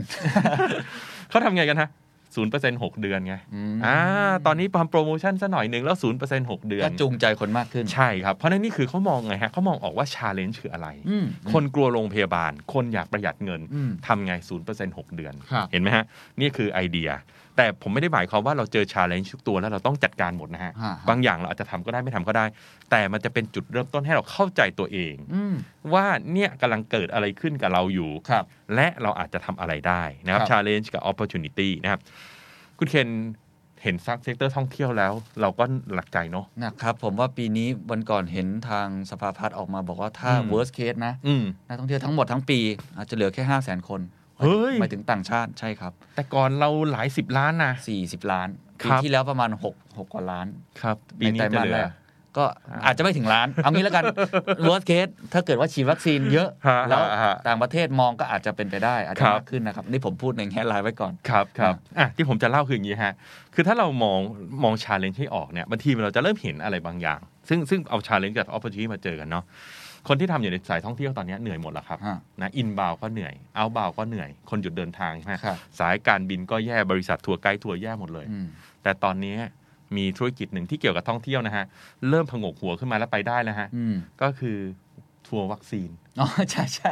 A: เขาทำไงกันฮะศูนย์เปอร์เซ็นต์หกเดือนไง
D: อืม
A: อ่าตอนนี้ทำโปรโมชั่นซะหน่อยหนึ่งแล้วศูนย์เปอร์เซ็นต์หกเดือ
D: ก็
A: น
D: จูงใจคนมากขึ้น
A: ใช่ครับ เพราะฉะนั่นนี่คือเขามองไงฮะเขามองออกว่าชาเลนจ์คืออะไร
D: อืม
A: คนกลัวโรงพยาบาล คนอยากประหยัดเงิน
D: อืม
A: ทำไงศูนย์เปอร์เซ็นต์หกเดือน
D: ครับ
A: เห็นไหมฮะ นี่คือไอเดีย แต่ผมไม่ได้หมายความว่าเราเจอชาเลนจ์ทุกตัวแล้วเราต้องจัดการหมดนะฮะ
D: ฮะ
A: บางอย่างเราอาจจะทำก็ได้ไม่ทำก็ได้ แต่มันจะเป็นจุดเริ่มต้นให้เราเข้าใจตัวเอง
D: อืม
A: ว่าเนี่ยกำลังเกิดอะไรขึ้นกับเราอยู่
D: ครับ
A: และเราอาจจะทำอะไรได้นะครับ
D: ครับ
A: challenge กับ opportunity นะครับ คุณเคนเห็นซักเซกเตอร์ท่องเที่ยวแล้ว เราก็หลักใจเนาะ
D: นะครับผมว่าปีนี้วันก่อนเห็นทางสภาพัฒน์ออกมาบอกว่าถ้า
A: อืม
D: worst case นะ
A: อืม
D: นักท่องเที่ยวทั้งหมดทั้งปีอาจจะเหลือแค่ 5 0 0 0 0 0 คน
A: เฮ้ย
D: หมายถึงต่างชาติใช่ครับ
A: แต่ก่อนเราหลายสิบล้านนะ
D: 40 ล้าน
A: ค
D: ปี
A: รับ
D: ที่แล้วประมาณ 6 6กว่าล้าน
A: ครับปีนี้
D: ใไตร
A: จะ
D: มาส
A: เหลื
D: แร
A: อ
D: กก็อาจจะไม่ถึงล้าน เอางี้แล้ วกัน worst case ถ้าเกิดว่าฉีดวัคซีนเยอะ
A: ฮะ
D: แล้ว
A: ฮะฮะ
D: ต่างประเทศมองก็อาจจะเป็นไปได้ อาจจะ
A: ครับ
D: มากขึ้นนะครับ นี่ผมพูดในแง่รายไว้ก่อน
A: ครับครับอ่ะที่ผมจะเล่าคืออย่างนี้ฮะ คือถ้าเรามองมองชาเลนจ์ให้ออกเนี่ยบางทีเราจะเริ่มเห็นอะไรบางอย่าง ซึ่งซึ่งเอาชาเลนจ์กับ opportunity มาเจอกันเนาะคนที่ทำอยู่ในสายท่องเที่ยวตอนนี้เหนื่อยหมดแล้วครับ
D: ฮะ
A: นะอินบาวก็เหนื่อยเอาบาวก็เหนื่อย คนหยุดเดินทางใช่ไหม
D: ครับ
A: สายการบินก็แย่บริษัททัวร์ไกด์ทัวร์แย่หมดเลย
D: อืม
A: แต่ตอนนี้มีธุรกิจหนึ่งที่เกี่ยวกับท่องเที่ยวนะฮะ เริ่มผงกหัวขึ้นมาแล้วไปได้แล้วฮะ
D: อืม
A: ก็คือทัวร์วัคซีน
D: อ๋อใช่ใช่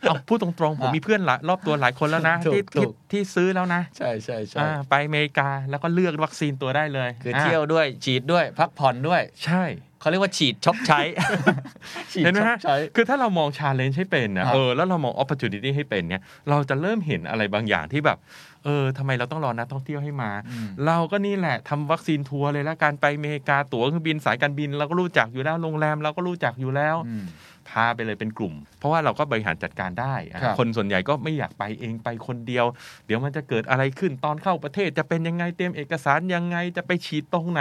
A: เอาพูดตรงๆ ผมมีเพื่อนหลายรอบตัวหลายคนแล้วนะ
D: ถูก
A: ที่
D: ถู
A: ที่
D: ก
A: ที่ซื้อแล้วนะ
D: ใช่ใช่ใช่
A: อ่าไปอเมริกาแล้วก็เลือกวัคซีนตัวได้เลย
D: คือเที่ยว
A: า
D: ด้วยฉีดด้วยพักผ่อนด้วย
A: ใช่
D: เขาเรียกว่าฉีดช็อปใช้ ฉีด
A: เห็นไหม
D: ช็อ
A: ฮะ
D: ปใช้
A: คือถ้าเรามองชาเลนจ์ให้เป็นนะครับ เออแล้วเรามอง opportunity ให้เป็นเนี่ย เราจะเริ่มเห็นอะไรบางอย่างที่แบบ เออทำไมเราต้องรอนักท่องเที่ยวให้มา
D: อืม
A: เราก็นี่แหละทำวัคซีนทัวร์เลยละการไปอเมริกาตั๋วเครื่องบินสายการบิน เราก็รู้จักอยู่แล้วโรงแรมเราก็รู้จักอยู่แล้ว พาไปเลยเป็นกลุ่ม เพราะว่าเราก็บริหารจัดการได้อ่ะ
D: ครับ
A: คนส่วนใหญ่ก็ไม่อยากไปเองไปคนเดียว เดี๋ยวมันจะเกิดอะไรขึ้นตอนเข้าประเทศจะเป็นยังไงเตรียมเอกสารยังไงจะไปฉีดตรงไหน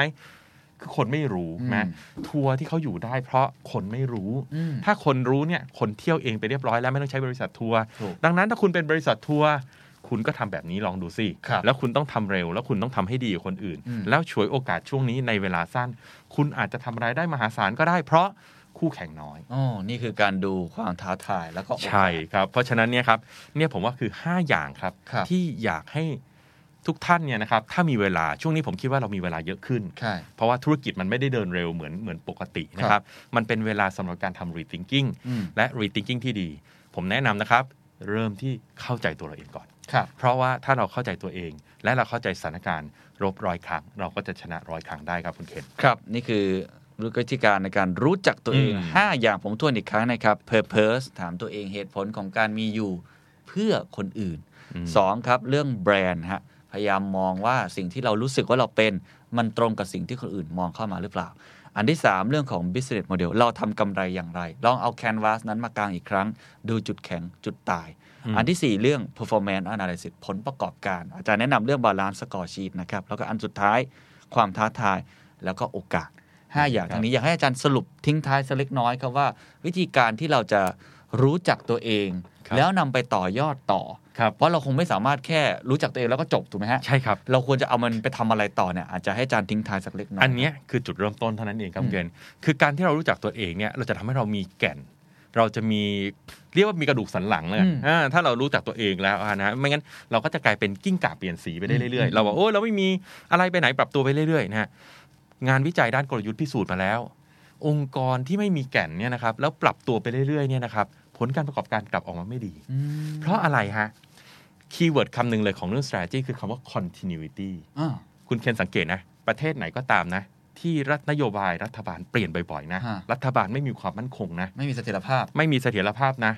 A: คือคนไม่รู้นะทัวร์ที่เขาอยู่ได้เพราะคนไม่รู้
D: อืม
A: ถ้าคนรู้เนี่ยคนเที่ยวเองไปเรียบร้อยแล้วไม่ต้องใช้บริษัททัวร์
D: ถูก
A: ดังนั้นถ้าคุณเป็นบริษัททัวร์คุณก็ทำแบบนี้ลองดูสิ
D: ครับ
A: แล้วคุณต้องทำเร็ว แล้วคุณต้องทำให้ดีกว่าคนอื่น
D: อืม
A: แล้วฉวยโอกาสช่วงนี้ในเวลาสั้น คุณอาจจะทำรายได้มหาศาลก็ได้ เพราะคู่แข่งน้อย
D: อ๋อนี่คือการดูความท้าทายแล้วก็โอกาส
A: ใช่ครับ เพราะฉะนั้นเนี่ยครับเนี่ยผมว่าคือ 5 อย่างครับ
D: ครับ
A: ที่อยากให้ทุกท่านเนี่ยนะครับถ้ามีเวลาช่วงนี้ผมคิดว่าเรามีเวลาเยอะขึ้น
D: ใช่
A: เพราะว่าธุรกิจมันไม่ได้เดินเร็วเหมือนเหมือนปกตินะครับ มันเป็นเวลาสำหรับการทำ rethinking
D: อืม
A: และ rethinking ที่ดี ผมแนะนำนะครับ เริ่มที่เข้าใจตัวเราเองก่อน
D: ครับ
A: เพราะว่าถ้าเราเข้าใจตัวเอง และเราเข้าใจสถานการณ์รบร้อยครั้ง เราก็จะชนะร้อยครั้งได้ครับคุณเคน
D: ครับ นี่คือวิธีการในการรู้จักตัวเอง
A: อืม
D: 5 อย่างผมทวนอีกครั้งนะครับ purpose ถามตัวเองเหตุผลของการมีอยู่เพื่อคนอื่น 2 ครับ เรื่องแบรนด์ฮะพยายามมองว่าสิ่งที่เรารู้สึกว่าเราเป็นมันตรงกับสิ่งที่คนอื่นมองเข้ามาหรือเปล่า อันที่ 3 เรื่องของ business model เราทำกำไรอย่างไร ลองเอา canvas นั้นมากางอีกครั้ง ดูจุดแข็งจุดตาย อันที่ 4 เรื่อง performance analysis ผลประกอบการ อาจารย์แนะนำเรื่อง balance score sheet นะครับ แล้วก็อันสุดท้ายความท้าทายแล้วก็โอกาส 5 อย่า
A: ค
D: ง
A: รับ
D: ทั้งนี้อยากให้อาจารย์สรุปทิ้งท้ายสักเล็กน้อยครับว่า วิธีการที่เราจะรู้จักตัวเอง แล้วนำไปต่อยอดต่อ
A: ครับ
D: เพราะเราคงไม่สามารถแค่รู้จักตัวเองแล้วก็จบถูกไหมฮะ
A: ใช่ครับ
D: เราควรจะเอามันไปทำอะไรต่อเนี่ยอาจจะให้อาจารย์ทิ้งท้ายสักเล็กน้อย
A: อันเนี้ยคือจุดเริ่มต้นเท่านั้นเองครับ
D: อืม
A: เกณฑ์คือการที่เรารู้จักตัวเองเนี่ยเราจะทำให้เรามีแก่น เราจะมีเรียกว่ามีกระดูกสันหลังเลย
D: อืม
A: อ่าถ้าเรารู้จักตัวเองแล้วอ่ะนะไม่งั้นเราก็จะกลายเป็นกิ้งก่าเปลี่ยนสีไปได้เรื่อย
D: อื
A: ๆ
D: ม
A: เราบอกโอ้ยเราไม่มีอะไรไปไหนปรับตัวไปเรื่อยๆนะฮะงานวิจัยด้านกลยุทธ์พิสูจน์มาแล้ว องค์กรที่ไม่มีแก่นเนี่ยนะครับแล้วปรับตัวไปเรื่อยๆเนี่ยนะครับผลการประกอบการกลับออกมาไม่ดี
D: อืม
A: เพราะอะไรฮะคีย์เวิร์ดคำหนึ่งเลยของเรื่อง strategy คือคำว่า continuity
D: อ่า
A: คุณเคนสังเกตนะ ประเทศไหนก็ตามนะ ที่รัฐนโยบายรัฐบาลเปลี่ยนบ่อยๆนะ รัฐบาลไม่มีความมั่นคงนะ
D: ไม่มีเสถียรภาพ
A: ไม่มีเสถียรภาพนะ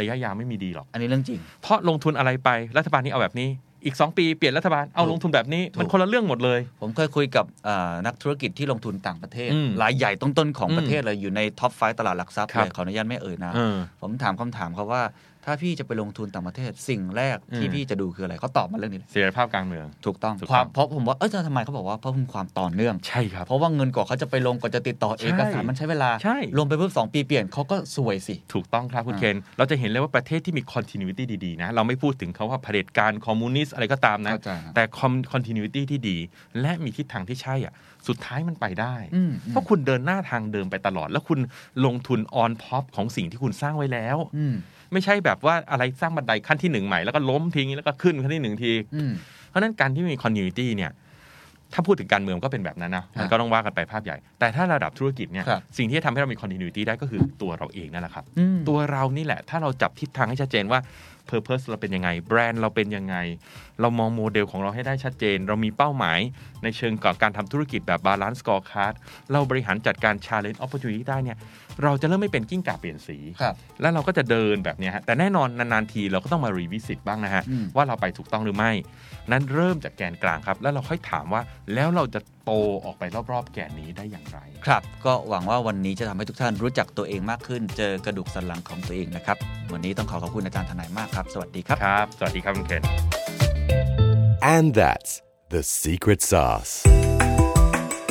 A: ระยะยาวไม่มีดีหรอก
D: อันนี้เรื่องจริง
A: เพราะลงทุนอะไรไปรัฐบาลนี้เอาแบบนี้ อีก 2 ปีเปลี่ยนรัฐบาลเอาลงทุนแบบนี้
D: ถูก
A: มันคนละเรื่องหมดเลย
D: ผมเคยคุยกับเอ่อนักธุรกิจที่ลงทุนต่างประเทศ
A: อืม
D: รายใหญ่ต้นๆของประเทศเลยอยู่ในท็อปไฟตลาดหลักทรัพย์
A: ครับ
D: เลยขออนุญาตไม่เอ่ยนาม
A: เออ
D: ผมถามคำถามเขาว่า ถ้าพี่จะไปลงทุนต่างประเทศ สิ่งแรกที่
A: อืม
D: พี่จะดูคืออะไรเขาตอบมาเรื่องนี้เลย
A: เสถียรภาพการเมือง
D: ถูกต้อง
A: ถูกต้อง
D: ความเพราะผมว่าเออทำไมเขาบอกว่าเพราะมีความต่อเนื่อง
A: ใช่ครับ
D: เพราะว่าเงินกว่าเขาจะไปลงกว่าจะติดต่อเอกสาร
A: ใช่
D: มันใช้เวลา
A: ใช่
D: รวมไปเพิ่มสองปีเปลี่ยนเขาก็สวยสิ
A: ถูกต้องครับคุณ
D: อ่า
A: เคน เราจะเห็นเลยว่าประเทศที่มี continuity ดีๆนะ เราไม่พูดถึงเขาว่าเผด็จการคอมมิวนิสต์อะไรก็ตามนะ
D: เข้าใจครับ
A: แต่ continuity ที่ดี และมีทิศทางที่ใช่อ่ะสุดท้ายมันไปได้
D: อืม
A: เพราะคุณเดินหน้าทางเดิมไปตลอด แล้วคุณลงทุนออนท็อปของสิ่งที่คุณสร้างไว้แล้ว
D: อืม
A: ไม่ใช่แบบว่าอะไรสร้างบันไดขั้นที่หนึ่งใหม่แล้วก็ล้มทิ้งแล้วก็ขึ้นขั้นที่หนึ่งที
D: อืม
A: เพราะฉะนั้นการที่มีคอน t ิ n u i t y เนี่ย ถ้าพูดถึงการเมืองก็เป็นแบบนั้นนะ มัน
D: ฮะ
A: ก็ต้องว่ากันไปภาพใหญ่ แต่ถ้าระดับธุรกิจเนี่ย
D: ครับ
A: สิ่งที่จะทำให้เรามีคอน t ิ n u i t y ได้ก็คือตัวเราเองนั่นแหละครับ
D: อืม
A: ตัวเรานี่แหละ ถ้าเราจับทิศทางให้ชัดเจนว่า Purpose เราเป็นยังไง แบรนด์เราเป็นยังไง เรามองโมเดลของเราให้ได้ชัดเจน เรามีเป้าหมายในเชิงกับการทำธุรกิจแบบ Balance Scorecard เราบริหารจัดการ Challenge Opportunity ได้เนี่ย เราจะเริ่มไม่เป็นกิ้งก่าเปลี่ยนสี
D: ครับ
A: แล้วเราก็จะเดินแบบเนี้ยฮะแต่แน่นอนนานๆทีเราก็ต้องมารีวิสิตบ้างนะฮะ
D: อืม
A: ว่าเราไปถูกต้องหรือไม่ นั้นเริ่มจากแกนกลางครับ แล้วเราค่อยถามว่าแล้วเราจะโตออกไปรอบๆ แกนนี้ได้อย่างไร
D: ครับ ก็หวังว่าวันนี้จะทำให้ทุกท่านรู้จักตัวเองมากขึ้น เจอกระดูกสันหลังของตัวเองนะครับ วันนี้ต้องขอขอบคุณอาจารย์ทนายมากครับ สวัสดีครับ
A: ครับ สวัสดีครับคุณเคน
B: And that's the secret sauce.